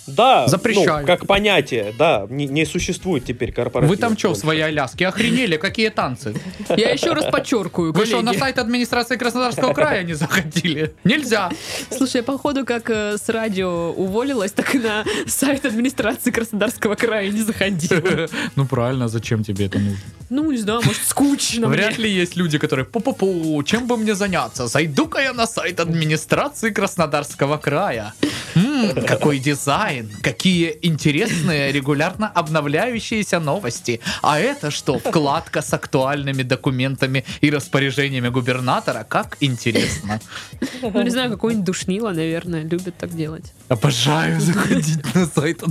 [SPEAKER 3] Да,
[SPEAKER 2] Запрещают.
[SPEAKER 3] ну, как понятие, да, не, не существует теперь корпоративов.
[SPEAKER 2] Вы там что в
[SPEAKER 3] больше.
[SPEAKER 2] своей Аляске? Охренели? Какие танцы?
[SPEAKER 1] Я еще раз подчеркиваю,
[SPEAKER 2] Вы что, на
[SPEAKER 1] коллеги.
[SPEAKER 2] сайт администрации Краснодарского края не заходили? Нельзя.
[SPEAKER 1] Слушай, я, походу, как э, с радио уволилась, так и на сайт администрации Краснодарского края не заходила.
[SPEAKER 2] Ну правильно, зачем тебе это нужно?
[SPEAKER 1] Ну, не знаю, может, скучно мне.
[SPEAKER 2] Вряд ли есть люди, которые «Пу-пу-пу, чем бы мне заняться? Зайду-ка я на сайт администрации Краснодарского края. М, какой дизайн, какие интересные, регулярно обновляющиеся новости. А это что, вкладка с актуальными документами и распоряжениями губернатора? Как интересно.
[SPEAKER 1] Ну, не знаю, какой-нибудь душнило, наверное, любит так делать.
[SPEAKER 2] Обожаю заходить на сайт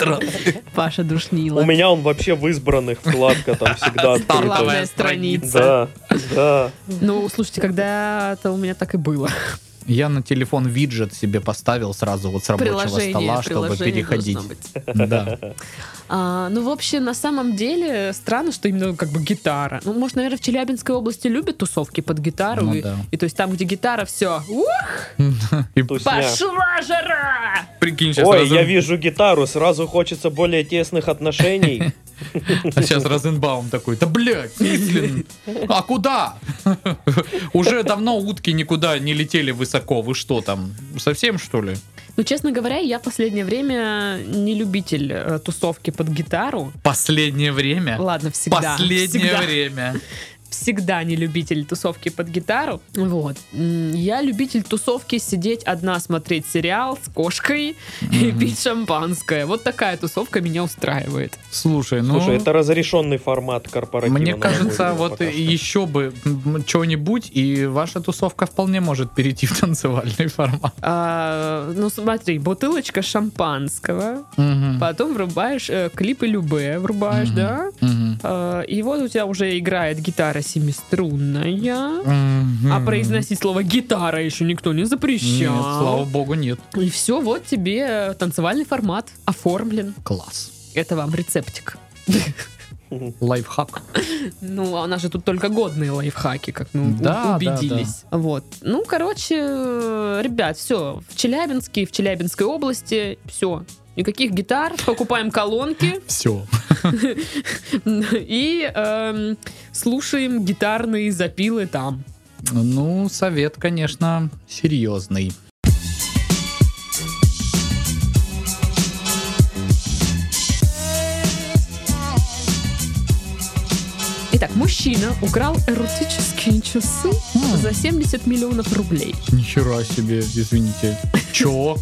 [SPEAKER 2] администрации.
[SPEAKER 1] Паша
[SPEAKER 3] У
[SPEAKER 1] душнило.
[SPEAKER 3] меня он вообще в избранных вкладка там всегда открыта.
[SPEAKER 1] Главная страница.
[SPEAKER 3] Да, да.
[SPEAKER 1] Ну, слушайте, когда-то у меня так и было.
[SPEAKER 2] Я на телефон виджет себе поставил сразу вот с рабочего
[SPEAKER 1] Приложение,
[SPEAKER 2] стола, чтобы
[SPEAKER 1] приложение
[SPEAKER 2] переходить.
[SPEAKER 1] должно быть.
[SPEAKER 2] Да.
[SPEAKER 1] А, ну, вообще, на самом деле, странно, что именно как бы гитара. Ну, может, наверное, в Челябинской области любят тусовки под гитару.
[SPEAKER 2] Ну
[SPEAKER 1] и,
[SPEAKER 2] да.
[SPEAKER 1] и то есть там, где гитара, все.
[SPEAKER 2] И
[SPEAKER 3] Тусня.
[SPEAKER 1] Пошла жара!
[SPEAKER 2] Прикинь, сейчас
[SPEAKER 3] Ой, я вижу гитару, сразу хочется более тесных отношений.
[SPEAKER 2] А сейчас Розенбаум такой, да блядь, Кислин, а куда? Уже давно утки никуда не летели высоко, вы что там, совсем что ли?
[SPEAKER 1] Ну, честно говоря, я последнее время не любитель э, тусовки под гитару.
[SPEAKER 2] Последнее время?
[SPEAKER 1] Ладно, всегда.
[SPEAKER 2] Э, Последнее
[SPEAKER 1] всегда.
[SPEAKER 2] время.
[SPEAKER 1] всегда не любитель тусовки под гитару. Вот. М, Я любитель тусовки сидеть одна, смотреть сериал с кошкой и
[SPEAKER 2] Мгм.
[SPEAKER 1] пить шампанское. Вот такая тусовка меня устраивает.
[SPEAKER 2] Слушай, ну...
[SPEAKER 3] Слушай, это разрешенный формат корпоратива.
[SPEAKER 2] Мне
[SPEAKER 3] на мой
[SPEAKER 2] кажется,
[SPEAKER 3] взгляд,
[SPEAKER 2] вот
[SPEAKER 3] пока что.
[SPEAKER 2] еще бы м, чего-нибудь, и ваша тусовка вполне может перейти в танцевальный формат.
[SPEAKER 1] А, ну, смотри, бутылочка шампанского, потом врубаешь э, клипы Любе, врубаешь,
[SPEAKER 2] Мгм.
[SPEAKER 1] да?
[SPEAKER 2] Мгм.
[SPEAKER 1] А, и вот у тебя уже играет гитара семиструнная.
[SPEAKER 2] Мгм.
[SPEAKER 1] А произносить слово гитара еще никто не
[SPEAKER 2] Нет,
[SPEAKER 1] запрещал.
[SPEAKER 2] слава богу, нет.
[SPEAKER 1] И все, вот тебе э, танцевальный формат оформлен.
[SPEAKER 2] Класс.
[SPEAKER 1] Это вам рецептик.
[SPEAKER 2] Лайфхак.
[SPEAKER 1] Ну, а у нас же тут только годные лайфхаки, как мы у-
[SPEAKER 2] Да, да,
[SPEAKER 1] убедились. Вот. Ну, короче, э, ребят, все. В Челябинске, в Челябинской области, все. Никаких гитар, покупаем колонки
[SPEAKER 2] Все.
[SPEAKER 1] и эм, слушаем гитарные запилы там.
[SPEAKER 2] Ну, совет, конечно, серьезный.
[SPEAKER 1] Итак, мужчина украл эротические часы
[SPEAKER 2] М.
[SPEAKER 1] за 70 миллионов рублей.
[SPEAKER 2] Нихера себе, извините. Чё?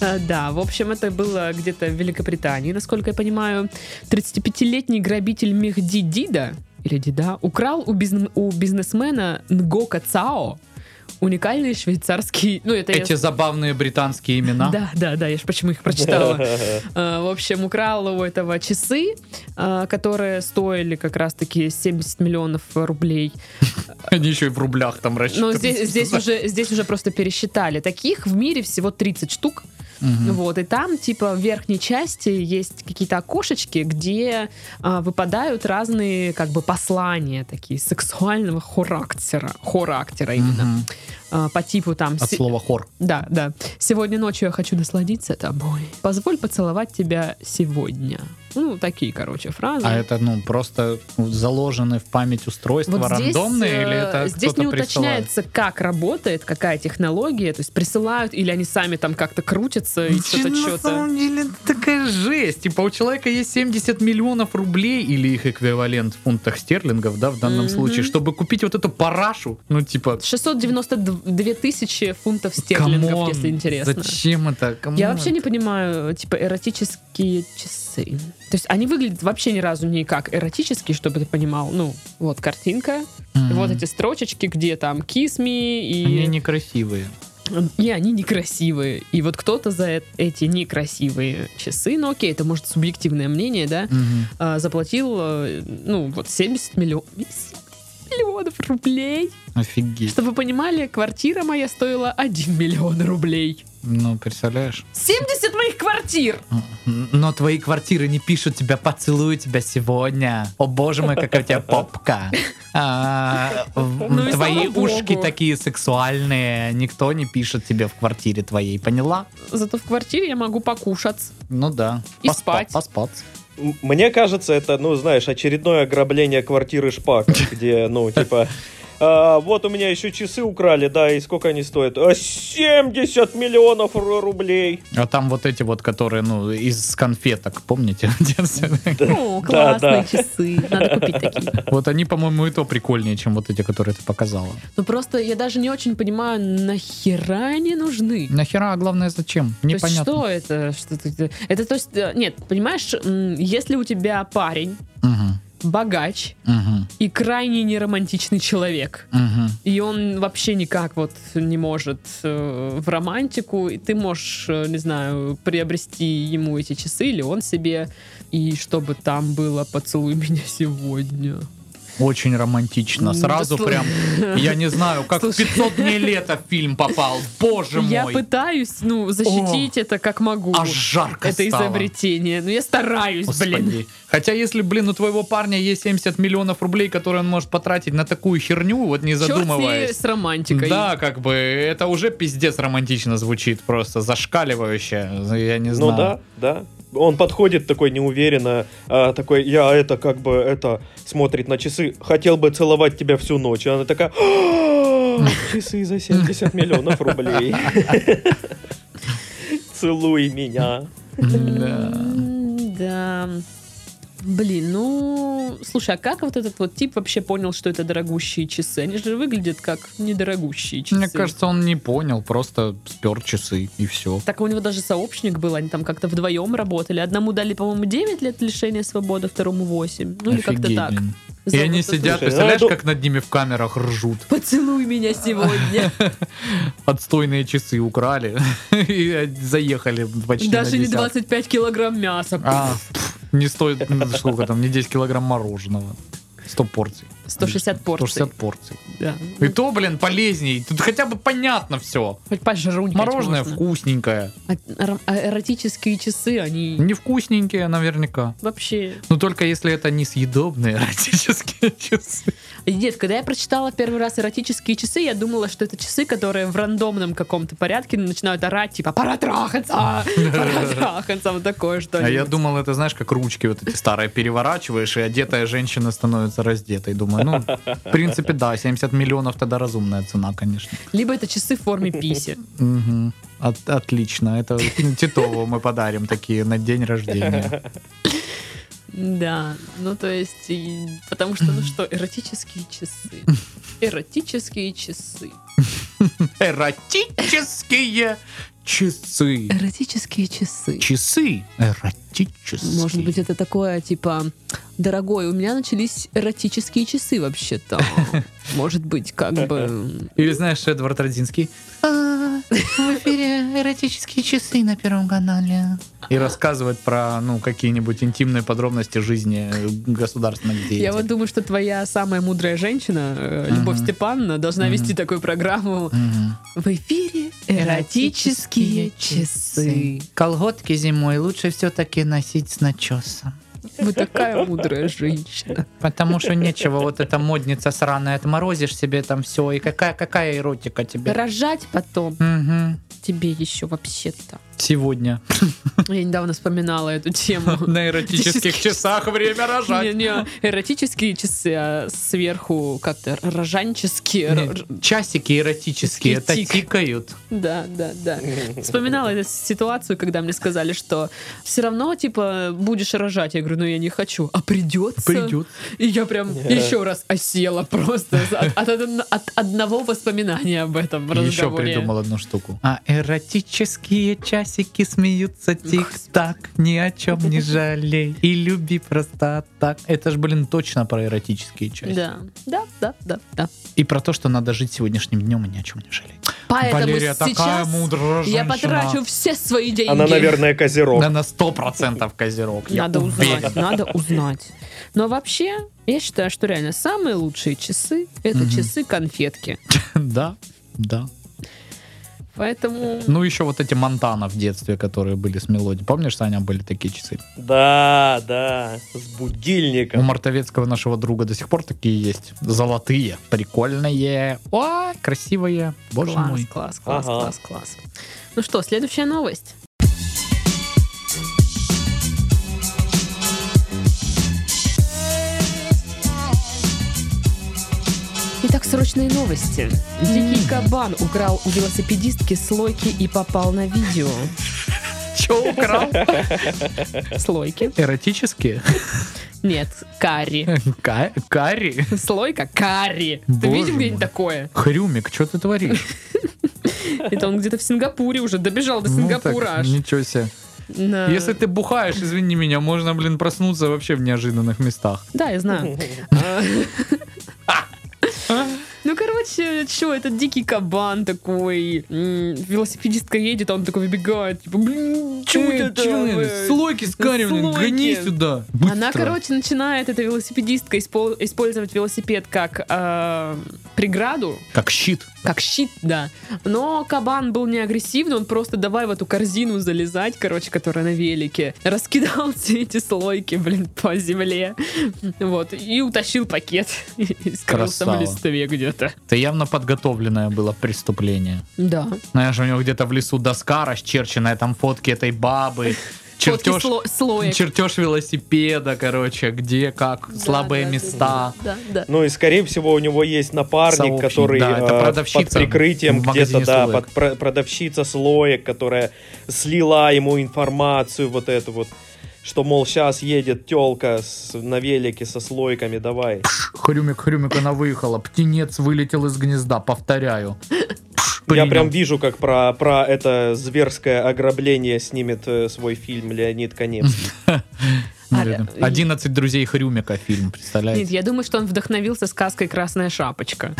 [SPEAKER 1] Э, Да, в общем, это было где-то в Великобритании, насколько я понимаю. 35-летний грабитель Мехди Дида, или Дида, украл у, бизн- у бизнесмена Нгока Цао уникальный швейцарский... Ну, это я-
[SPEAKER 2] Эти забавные британские имена.
[SPEAKER 1] Да, да, да, я же почему их прочитала. Э, В общем, украл у этого часы, э, которые стоили как раз-таки 70 миллионов рублей.
[SPEAKER 2] Они еще и в рублях там
[SPEAKER 1] Но Ну,
[SPEAKER 2] рассчитаны.
[SPEAKER 1] здесь, здесь, уже, здесь уже просто пересчитали. Таких в мире всего 30 штук.
[SPEAKER 2] Мгм.
[SPEAKER 1] Вот, и там, типа, в верхней части есть какие-то окошечки, где а, выпадают разные, как бы, послания такие сексуального характера, характера именно,
[SPEAKER 2] Мгм.
[SPEAKER 1] А, по типу там...
[SPEAKER 2] От
[SPEAKER 1] се-
[SPEAKER 2] слова хор.
[SPEAKER 1] Да, да. «Сегодня ночью я хочу насладиться тобой. Позволь поцеловать тебя сегодня». Ну, такие, короче, фразы.
[SPEAKER 2] А это, ну, просто заложены в память устройства
[SPEAKER 1] Вот здесь,
[SPEAKER 2] рандомные,
[SPEAKER 1] э,
[SPEAKER 2] или это
[SPEAKER 1] здесь не
[SPEAKER 2] кто-то присылает?
[SPEAKER 1] уточняется, как работает, какая технология, то есть присылают или они сами там как-то крутятся и что-то
[SPEAKER 2] На
[SPEAKER 1] что-то.
[SPEAKER 2] самом деле такая жесть. Типа у человека есть 70 миллионов рублей или их эквивалент в фунтах стерлингов, да, в данном
[SPEAKER 1] Мгм.
[SPEAKER 2] случае, чтобы купить вот эту парашу. Ну, типа,
[SPEAKER 1] 692 тысячи фунтов стерлингов,
[SPEAKER 2] камон,
[SPEAKER 1] если интересно.
[SPEAKER 2] Зачем это? Камон.
[SPEAKER 1] Я вообще не понимаю, типа, эротические часы. То есть они выглядят вообще ни разу не как эротические, чтобы ты понимал. Ну, вот картинка,
[SPEAKER 2] Мгм.
[SPEAKER 1] вот эти строчечки, где там кисми и...
[SPEAKER 2] Они некрасивые.
[SPEAKER 1] И они некрасивые. И вот кто-то за э- эти некрасивые часы, ну окей, это может субъективное мнение, да,
[SPEAKER 2] Мгм.
[SPEAKER 1] а, заплатил, э, ну, вот 70 миллионов... миллионов рублей.
[SPEAKER 2] Офигеть.
[SPEAKER 1] Чтобы вы понимали, квартира моя стоила 1 миллион рублей.
[SPEAKER 2] Ну, представляешь? А.
[SPEAKER 1] 70 моих квартир!
[SPEAKER 2] Но твои квартиры не пишут тебя «поцелую тебя сегодня». О боже мой, какая у тебя попка. А, в-
[SPEAKER 1] Ну и
[SPEAKER 2] Твои
[SPEAKER 1] слава богу.
[SPEAKER 2] ушки такие сексуальные. Никто не пишет тебе в квартире твоей, поняла?
[SPEAKER 1] Зато в квартире я могу покушать.
[SPEAKER 2] Ну да.
[SPEAKER 1] И
[SPEAKER 2] Поспа-
[SPEAKER 1] спать.
[SPEAKER 2] Поспать.
[SPEAKER 3] М- Мне кажется, это, ну, знаешь, очередное ограбление квартиры Шпака, где, ну, типа... «А, вот у меня еще часы украли, да, и сколько они стоят? «А, 70 миллионов ру- рублей.
[SPEAKER 2] А там вот эти вот, которые, ну, из конфеток, помните? в детстве?
[SPEAKER 1] О,
[SPEAKER 3] Да,
[SPEAKER 1] классные
[SPEAKER 3] да.
[SPEAKER 1] часы. Надо купить такие.
[SPEAKER 2] Вот они, по-моему, и то прикольнее, чем вот эти, которые ты показала.
[SPEAKER 1] Ну просто я даже не очень понимаю, нахера они нужны?
[SPEAKER 2] Нахера, а главное, зачем?
[SPEAKER 1] То есть
[SPEAKER 2] Непонятно.
[SPEAKER 1] что это? Что ты- это то есть, э, нет, понимаешь, м, если у тебя парень,
[SPEAKER 2] Мгм,
[SPEAKER 1] богач
[SPEAKER 2] мгм,
[SPEAKER 1] и крайне неромантичный человек,
[SPEAKER 2] мгм.
[SPEAKER 1] и он вообще никак вот не может э, в романтику, и ты можешь, э, не знаю, приобрести ему эти часы, или он себе, и чтобы там было «поцелуй меня сегодня».
[SPEAKER 2] Очень
[SPEAKER 1] Ну,
[SPEAKER 2] романтично. Сразу
[SPEAKER 1] да,
[SPEAKER 2] прям, я не знаю, как в
[SPEAKER 1] Слушай.
[SPEAKER 2] 500 дней лета в фильм попал. Боже
[SPEAKER 1] Я
[SPEAKER 2] мой.
[SPEAKER 1] пытаюсь, ну, защитить это как могу.
[SPEAKER 2] Аж жарко
[SPEAKER 1] это
[SPEAKER 2] стало.
[SPEAKER 1] изобретение. Ну, я стараюсь,
[SPEAKER 2] Господи.
[SPEAKER 1] блин.
[SPEAKER 2] Хотя если, блин, у твоего парня есть 70 миллионов рублей, которые он может потратить на такую херню, вот не
[SPEAKER 1] Черт с ней
[SPEAKER 2] задумываясь.
[SPEAKER 1] с романтикой.
[SPEAKER 2] Да, как бы это уже пиздец романтично звучит, просто зашкаливающе. Я не
[SPEAKER 3] Ну
[SPEAKER 2] знаю.
[SPEAKER 3] да, да. он подходит такой неуверенно, а, такой, я это как бы, это, смотрит на часы, хотел бы целовать тебя всю ночь. И она такая, «А, часы за 70 миллионов рублей. Целуй меня.
[SPEAKER 2] Да.
[SPEAKER 1] М, Да. Блин, ну... Слушай, а как вот этот вот тип вообще понял, что это дорогущие часы? Они же выглядят как недорогущие часы.
[SPEAKER 2] Мне кажется, он не понял, просто спер часы и все.
[SPEAKER 1] Так у него даже сообщник был, они там как-то вдвоем работали. Одному дали, по-моему, 9 лет лишения свободы, второму 8. Ну или как-то так.
[SPEAKER 2] И они
[SPEAKER 1] Золото-
[SPEAKER 2] сидят,
[SPEAKER 3] Слушай,
[SPEAKER 2] представляешь,
[SPEAKER 3] ну,
[SPEAKER 2] как над ними в камерах ржут.
[SPEAKER 1] Поцелуй меня сегодня.
[SPEAKER 2] Отстойные часы украли и заехали почти на
[SPEAKER 1] Даже не
[SPEAKER 2] десятку.
[SPEAKER 1] 25 килограмм мяса.
[SPEAKER 2] А, пф, не стоит, ну, сколько там, не 10 килограмм мороженого. 100 порций.
[SPEAKER 1] 160 порций.
[SPEAKER 2] 160 порций.
[SPEAKER 1] Да.
[SPEAKER 2] И то, блин, полезней. Тут хотя бы понятно все.
[SPEAKER 1] Хоть пожрунькать
[SPEAKER 2] Мороженое
[SPEAKER 1] можно.
[SPEAKER 2] вкусненькое.
[SPEAKER 1] А- эр- а эротические часы, они
[SPEAKER 2] Невкусненькое наверняка.
[SPEAKER 1] вообще...
[SPEAKER 2] Но только если это несъедобные эротические часы.
[SPEAKER 1] Нет, когда я прочитала первый раз эротические часы, я думала, что это часы, которые в рандомном каком-то порядке начинают орать, типа, пора трахаться, пора трахаться, вот такое что
[SPEAKER 2] А я думал, это, знаешь, как ручки вот эти старые переворачиваешь, и одетая женщина становится раздетой. Думаю, ну, в принципе, да, 70 миллионов тогда разумная цена, конечно.
[SPEAKER 1] Либо это часы в форме писи.
[SPEAKER 2] Мгм. От- отлично, это Титову мы подарим такие на день рождения.
[SPEAKER 1] Да, ну то есть, и- потому что, ну что, эротические часы. Эротические часы.
[SPEAKER 2] Эротические часы.
[SPEAKER 1] Эротические часы.
[SPEAKER 2] Часы эротические.
[SPEAKER 1] Может быть, это такое, типа, дорогой, у меня начались эротические часы вообще-то. Может быть, как бы...
[SPEAKER 2] Или знаешь, Эдвард Родзинский? А, В эфире эротические часы на Первом канале. И рассказывает про, ну, какие-нибудь интимные подробности жизни государственных
[SPEAKER 1] Я вот
[SPEAKER 2] деятелей.
[SPEAKER 1] думаю, что твоя самая мудрая женщина, э, Любовь
[SPEAKER 2] Мгм.
[SPEAKER 1] Степановна, должна
[SPEAKER 2] Мгм.
[SPEAKER 1] вести такую программу.
[SPEAKER 2] Мгм.
[SPEAKER 1] В эфире эротические часы.
[SPEAKER 2] Колготки зимой лучше все-таки носить с начесом.
[SPEAKER 1] Вы такая мудрая женщина.
[SPEAKER 2] Потому что нечего, вот эта модница сраная, отморозишь себе там все, и какая, какая эротика тебе.
[SPEAKER 1] Рожать потом
[SPEAKER 2] Мгм.
[SPEAKER 1] тебе еще вообще-то.
[SPEAKER 2] Сегодня.
[SPEAKER 1] Я недавно вспоминала эту тему.
[SPEAKER 2] На эротических часах время
[SPEAKER 1] Не,
[SPEAKER 2] рожать.
[SPEAKER 1] не эротические часы, а сверху как-то рожанческие.
[SPEAKER 2] Не,
[SPEAKER 1] р-
[SPEAKER 2] Часики эротические, это
[SPEAKER 1] Тик.
[SPEAKER 2] тикают.
[SPEAKER 1] Да, да, да. Вспоминала эту ситуацию, когда мне сказали, что все равно, типа, будешь рожать. Я говорю, ну я не хочу. А придется?
[SPEAKER 2] Придет.
[SPEAKER 1] И я прям еще раз осела просто от, от- от- от одного воспоминания об этом
[SPEAKER 2] Еще
[SPEAKER 1] разговоре.
[SPEAKER 2] придумал одну штуку. А эротические часики смеются тик-так, ни о чем не жалей и люби просто так. Это ж, блин, точно про эротические часики.
[SPEAKER 1] Да, да, да, да, да.
[SPEAKER 2] И про то, что надо жить сегодняшним днем и ни о чем не жалеть.
[SPEAKER 1] Поэтому
[SPEAKER 2] Валерия такая
[SPEAKER 1] А сейчас
[SPEAKER 2] мудрая
[SPEAKER 1] я
[SPEAKER 2] женщина.
[SPEAKER 1] потрачу все свои деньги.
[SPEAKER 3] Она, наверное, козерог.
[SPEAKER 2] Да на сто процентов козерог. я
[SPEAKER 1] Надо
[SPEAKER 2] уверен.
[SPEAKER 1] узнать, надо узнать. Но вообще, я считаю, что реально самые лучшие часы это
[SPEAKER 2] Мгм.
[SPEAKER 1] часы конфетки.
[SPEAKER 2] Да, да.
[SPEAKER 1] Поэтому
[SPEAKER 2] Ну, еще вот эти Монтана в детстве, которые были с мелодией. Помнишь, Саня, были такие часы?
[SPEAKER 3] Да, да, с
[SPEAKER 2] У
[SPEAKER 3] будильником.
[SPEAKER 2] мартовецкого нашего друга до сих пор такие есть. Золотые, прикольные, о, красивые. Боже
[SPEAKER 1] класс,
[SPEAKER 2] мой.
[SPEAKER 1] класс, класс,
[SPEAKER 3] Ага.
[SPEAKER 1] класс, класс. Ну что, следующая новость. Итак, срочные новости. Дикий кабан украл у велосипедистки слойки и попал на видео.
[SPEAKER 2] Че украл?
[SPEAKER 1] Слойки?
[SPEAKER 2] Эротические?
[SPEAKER 1] Нет, карри.
[SPEAKER 2] Ка- Карри?
[SPEAKER 1] Слойка карри. Ты
[SPEAKER 2] Боже
[SPEAKER 1] видел где-нибудь
[SPEAKER 2] мой.
[SPEAKER 1] такое?
[SPEAKER 2] Хрюмик, что ты творишь?
[SPEAKER 1] Это он где-то в Сингапуре уже добежал до
[SPEAKER 2] Ну так,
[SPEAKER 1] Сингапура аж.
[SPEAKER 2] Ничего себе.
[SPEAKER 1] На-
[SPEAKER 2] Если ты бухаешь, извини меня, можно, блин, проснуться вообще в неожиданных местах.
[SPEAKER 1] Да, я знаю. А. Ну, короче, что, этот дикий кабан такой, м, велосипедистка едет, а он такой выбегает, типа, блин, чё
[SPEAKER 2] Э,
[SPEAKER 1] это
[SPEAKER 2] чё
[SPEAKER 1] там,
[SPEAKER 2] это?
[SPEAKER 1] э?»
[SPEAKER 2] Слойки с карем,
[SPEAKER 1] слойки.
[SPEAKER 2] гони сюда.
[SPEAKER 1] Она,
[SPEAKER 2] быстро.
[SPEAKER 1] короче, начинает, эта велосипедистка, испол- использовать велосипед как э, преграду,
[SPEAKER 2] Как щит.
[SPEAKER 1] как щит, да. Но кабан был не агрессивный, он просто давай в эту корзину залезать, короче, которая на велике. Раскидал все эти слойки, блин, по земле. Вот. И утащил пакет. И скрылся
[SPEAKER 2] Красава.
[SPEAKER 1] в листве где-то.
[SPEAKER 2] Это явно подготовленное было преступление.
[SPEAKER 1] Да.
[SPEAKER 2] Знаешь, у него где-то в лесу доска расчерченная, там фотки этой бабы,
[SPEAKER 1] Фотки
[SPEAKER 2] Чертеж,
[SPEAKER 1] сло- слоек.
[SPEAKER 2] чертеж велосипеда, короче, где, как,
[SPEAKER 1] Да,
[SPEAKER 2] слабые
[SPEAKER 1] да, да,
[SPEAKER 2] места.
[SPEAKER 1] Да, да.
[SPEAKER 3] Ну и, скорее всего, у него есть
[SPEAKER 2] Сообщник,
[SPEAKER 3] напарник, который
[SPEAKER 2] да, это
[SPEAKER 3] э,
[SPEAKER 2] продавщица
[SPEAKER 3] под прикрытием
[SPEAKER 2] в
[SPEAKER 3] где-то,
[SPEAKER 2] магазине
[SPEAKER 3] да,
[SPEAKER 2] слоек.
[SPEAKER 3] под про- продавщица слоек, которая слила ему информацию вот эту вот, что, мол, сейчас едет телка с, на велике со слойками, давай.
[SPEAKER 2] Хрюмик, хрюмик, она выехала. Птенец вылетел из гнезда, повторяю. Пш,
[SPEAKER 3] Я
[SPEAKER 2] принял.
[SPEAKER 3] прям вижу, как про, про это зверское ограбление снимет э, свой фильм Леонид Коневский.
[SPEAKER 2] Наверное.
[SPEAKER 1] А,
[SPEAKER 2] 11 Ну, друзей Хрюмика фильм,
[SPEAKER 1] Нет,
[SPEAKER 2] представляете?
[SPEAKER 1] я думаю, что он вдохновился сказкой «Красная шапочка».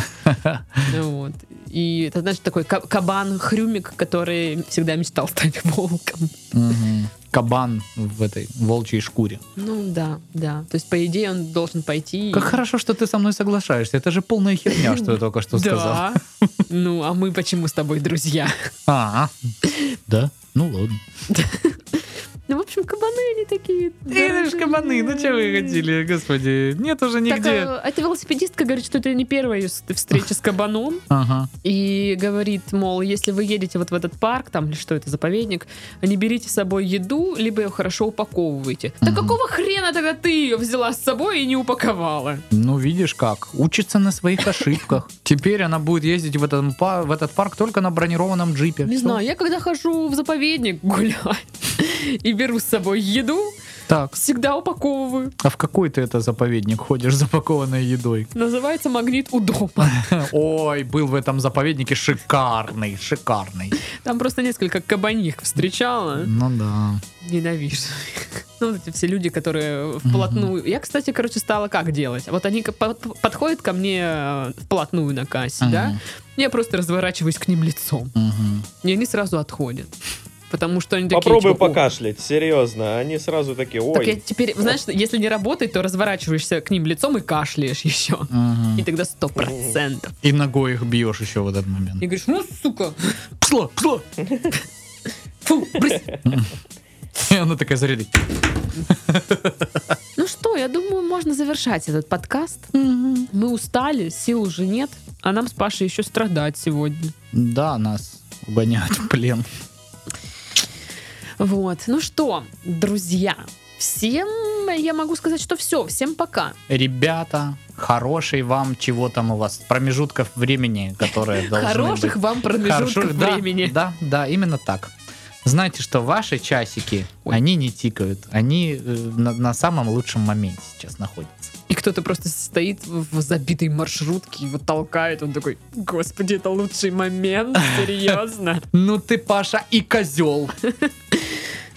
[SPEAKER 1] Вот. И это, значит, такой ка- кабан Хрюмик, который всегда мечтал стать волком.
[SPEAKER 2] Мгм. Кабан в этой волчьей шкуре.
[SPEAKER 1] Ну да, да. То есть, по идее, он должен пойти. и-
[SPEAKER 2] Как хорошо, что ты со мной соглашаешься. Это же полная херня, что я только что сказал.
[SPEAKER 1] Да. Ну, а мы почему с тобой друзья?
[SPEAKER 2] А, да? Ну ладно.
[SPEAKER 1] Ну, в общем, кабаны они такие.
[SPEAKER 2] Эй, ж кабаны, ну чего вы хотели, господи? Нет уже
[SPEAKER 1] Так,
[SPEAKER 2] нигде.
[SPEAKER 1] э, эта велосипедистка говорит, что это не первая её с- встреча с кабаном.
[SPEAKER 2] Ага.
[SPEAKER 1] И говорит, мол, если вы едете вот в этот парк, там, или что это, заповедник, не берите с собой еду, либо ее хорошо упаковывайте. Да
[SPEAKER 2] Мгм.
[SPEAKER 1] какого хрена тогда ты ее взяла с собой и не упаковала?
[SPEAKER 2] Ну, видишь как, учится на своих ошибках. Теперь она будет ездить в, этом, па- в этот парк только на бронированном джипе.
[SPEAKER 1] Не
[SPEAKER 2] Всё.
[SPEAKER 1] знаю, я когда хожу в заповедник гулять и беру с собой еду,
[SPEAKER 2] Так,
[SPEAKER 1] всегда упаковываю.
[SPEAKER 2] а в какой ты это заповедник ходишь, запакованной едой?
[SPEAKER 1] Называется магнит у дома.
[SPEAKER 2] Ой, был в этом заповеднике шикарный, шикарный.
[SPEAKER 1] Там просто несколько кабаньих встречала.
[SPEAKER 2] Ну да.
[SPEAKER 1] Ненавижу. Ну, вот эти все люди, которые вплотную... Я, кстати, короче, стала как делать? Вот они как под- подходят ко мне э, вплотную на кассе, да?
[SPEAKER 2] Мгм.
[SPEAKER 1] Я просто разворачиваюсь к ним лицом.
[SPEAKER 2] Мгм.
[SPEAKER 1] И они сразу отходят. Потому что они такие...
[SPEAKER 3] Попробуй
[SPEAKER 1] типа, «О».
[SPEAKER 3] покашлять, серьезно. Они сразу такие,
[SPEAKER 1] Так я
[SPEAKER 3] ой,
[SPEAKER 1] теперь, знаешь, если не работает, то разворачиваешься к ним лицом и кашляешь еще.
[SPEAKER 2] Мгм.
[SPEAKER 1] И тогда сто процентов.
[SPEAKER 2] И ногой их бьешь еще в этот момент.
[SPEAKER 1] И говоришь, ну, сука,
[SPEAKER 2] Пшло, пшло!
[SPEAKER 1] фу, брысь».
[SPEAKER 2] И она такая зарядит.
[SPEAKER 1] Ну что, я думаю, можно завершать этот подкаст. Мы устали, сил уже нет, а нам с Пашей еще страдать сегодня.
[SPEAKER 2] Да, нас угоняют в плен.
[SPEAKER 1] Вот. Ну что, друзья, всем я могу сказать, что все. Всем пока.
[SPEAKER 2] Ребята, хороший вам чего там у вас, промежутков времени, которые должны
[SPEAKER 1] Хороших
[SPEAKER 2] быть.
[SPEAKER 1] вам промежутков
[SPEAKER 2] Хорошо- да,
[SPEAKER 1] времени.
[SPEAKER 2] Да, да, именно так. Знаете, что ваши часики,
[SPEAKER 1] Ой.
[SPEAKER 2] они не тикают, они э, на, на самом лучшем моменте сейчас находятся.
[SPEAKER 1] И кто-то просто стоит в в забитой маршрутке, его толкает, он такой, господи, это лучший момент, серьезно.
[SPEAKER 2] Ну ты, Паша, и козел.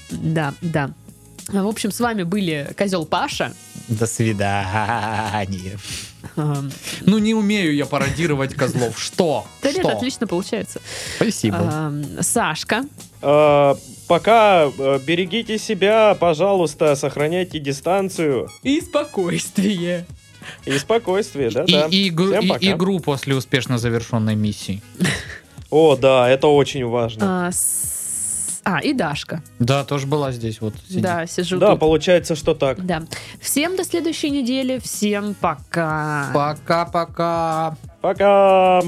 [SPEAKER 1] Да, да. В общем, с вами были Козел Паша.
[SPEAKER 2] До свидания.
[SPEAKER 1] Эм,
[SPEAKER 2] Ну не умею я пародировать козлов. Что?
[SPEAKER 1] Да нет,
[SPEAKER 2] Что?
[SPEAKER 1] отлично получается.
[SPEAKER 2] Спасибо.
[SPEAKER 1] Эм, Сашка.
[SPEAKER 3] э, пока э, берегите себя, пожалуйста, сохраняйте дистанцию
[SPEAKER 1] И спокойствие.
[SPEAKER 3] и спокойствие, да,
[SPEAKER 2] И-
[SPEAKER 3] да.
[SPEAKER 2] и игру-
[SPEAKER 3] Всем
[SPEAKER 2] и
[SPEAKER 3] пока.
[SPEAKER 2] игру после успешно завершенной миссии.
[SPEAKER 3] О, да, это очень важно.
[SPEAKER 1] А, с- а, и Дашка.
[SPEAKER 2] Да, тоже была здесь вот. сидит.
[SPEAKER 1] Да, сижу
[SPEAKER 3] Да,
[SPEAKER 1] тут.
[SPEAKER 3] получается, что так.
[SPEAKER 1] Да. Всем до следующей недели. Всем пока.
[SPEAKER 2] Пока-пока.
[SPEAKER 3] Пока!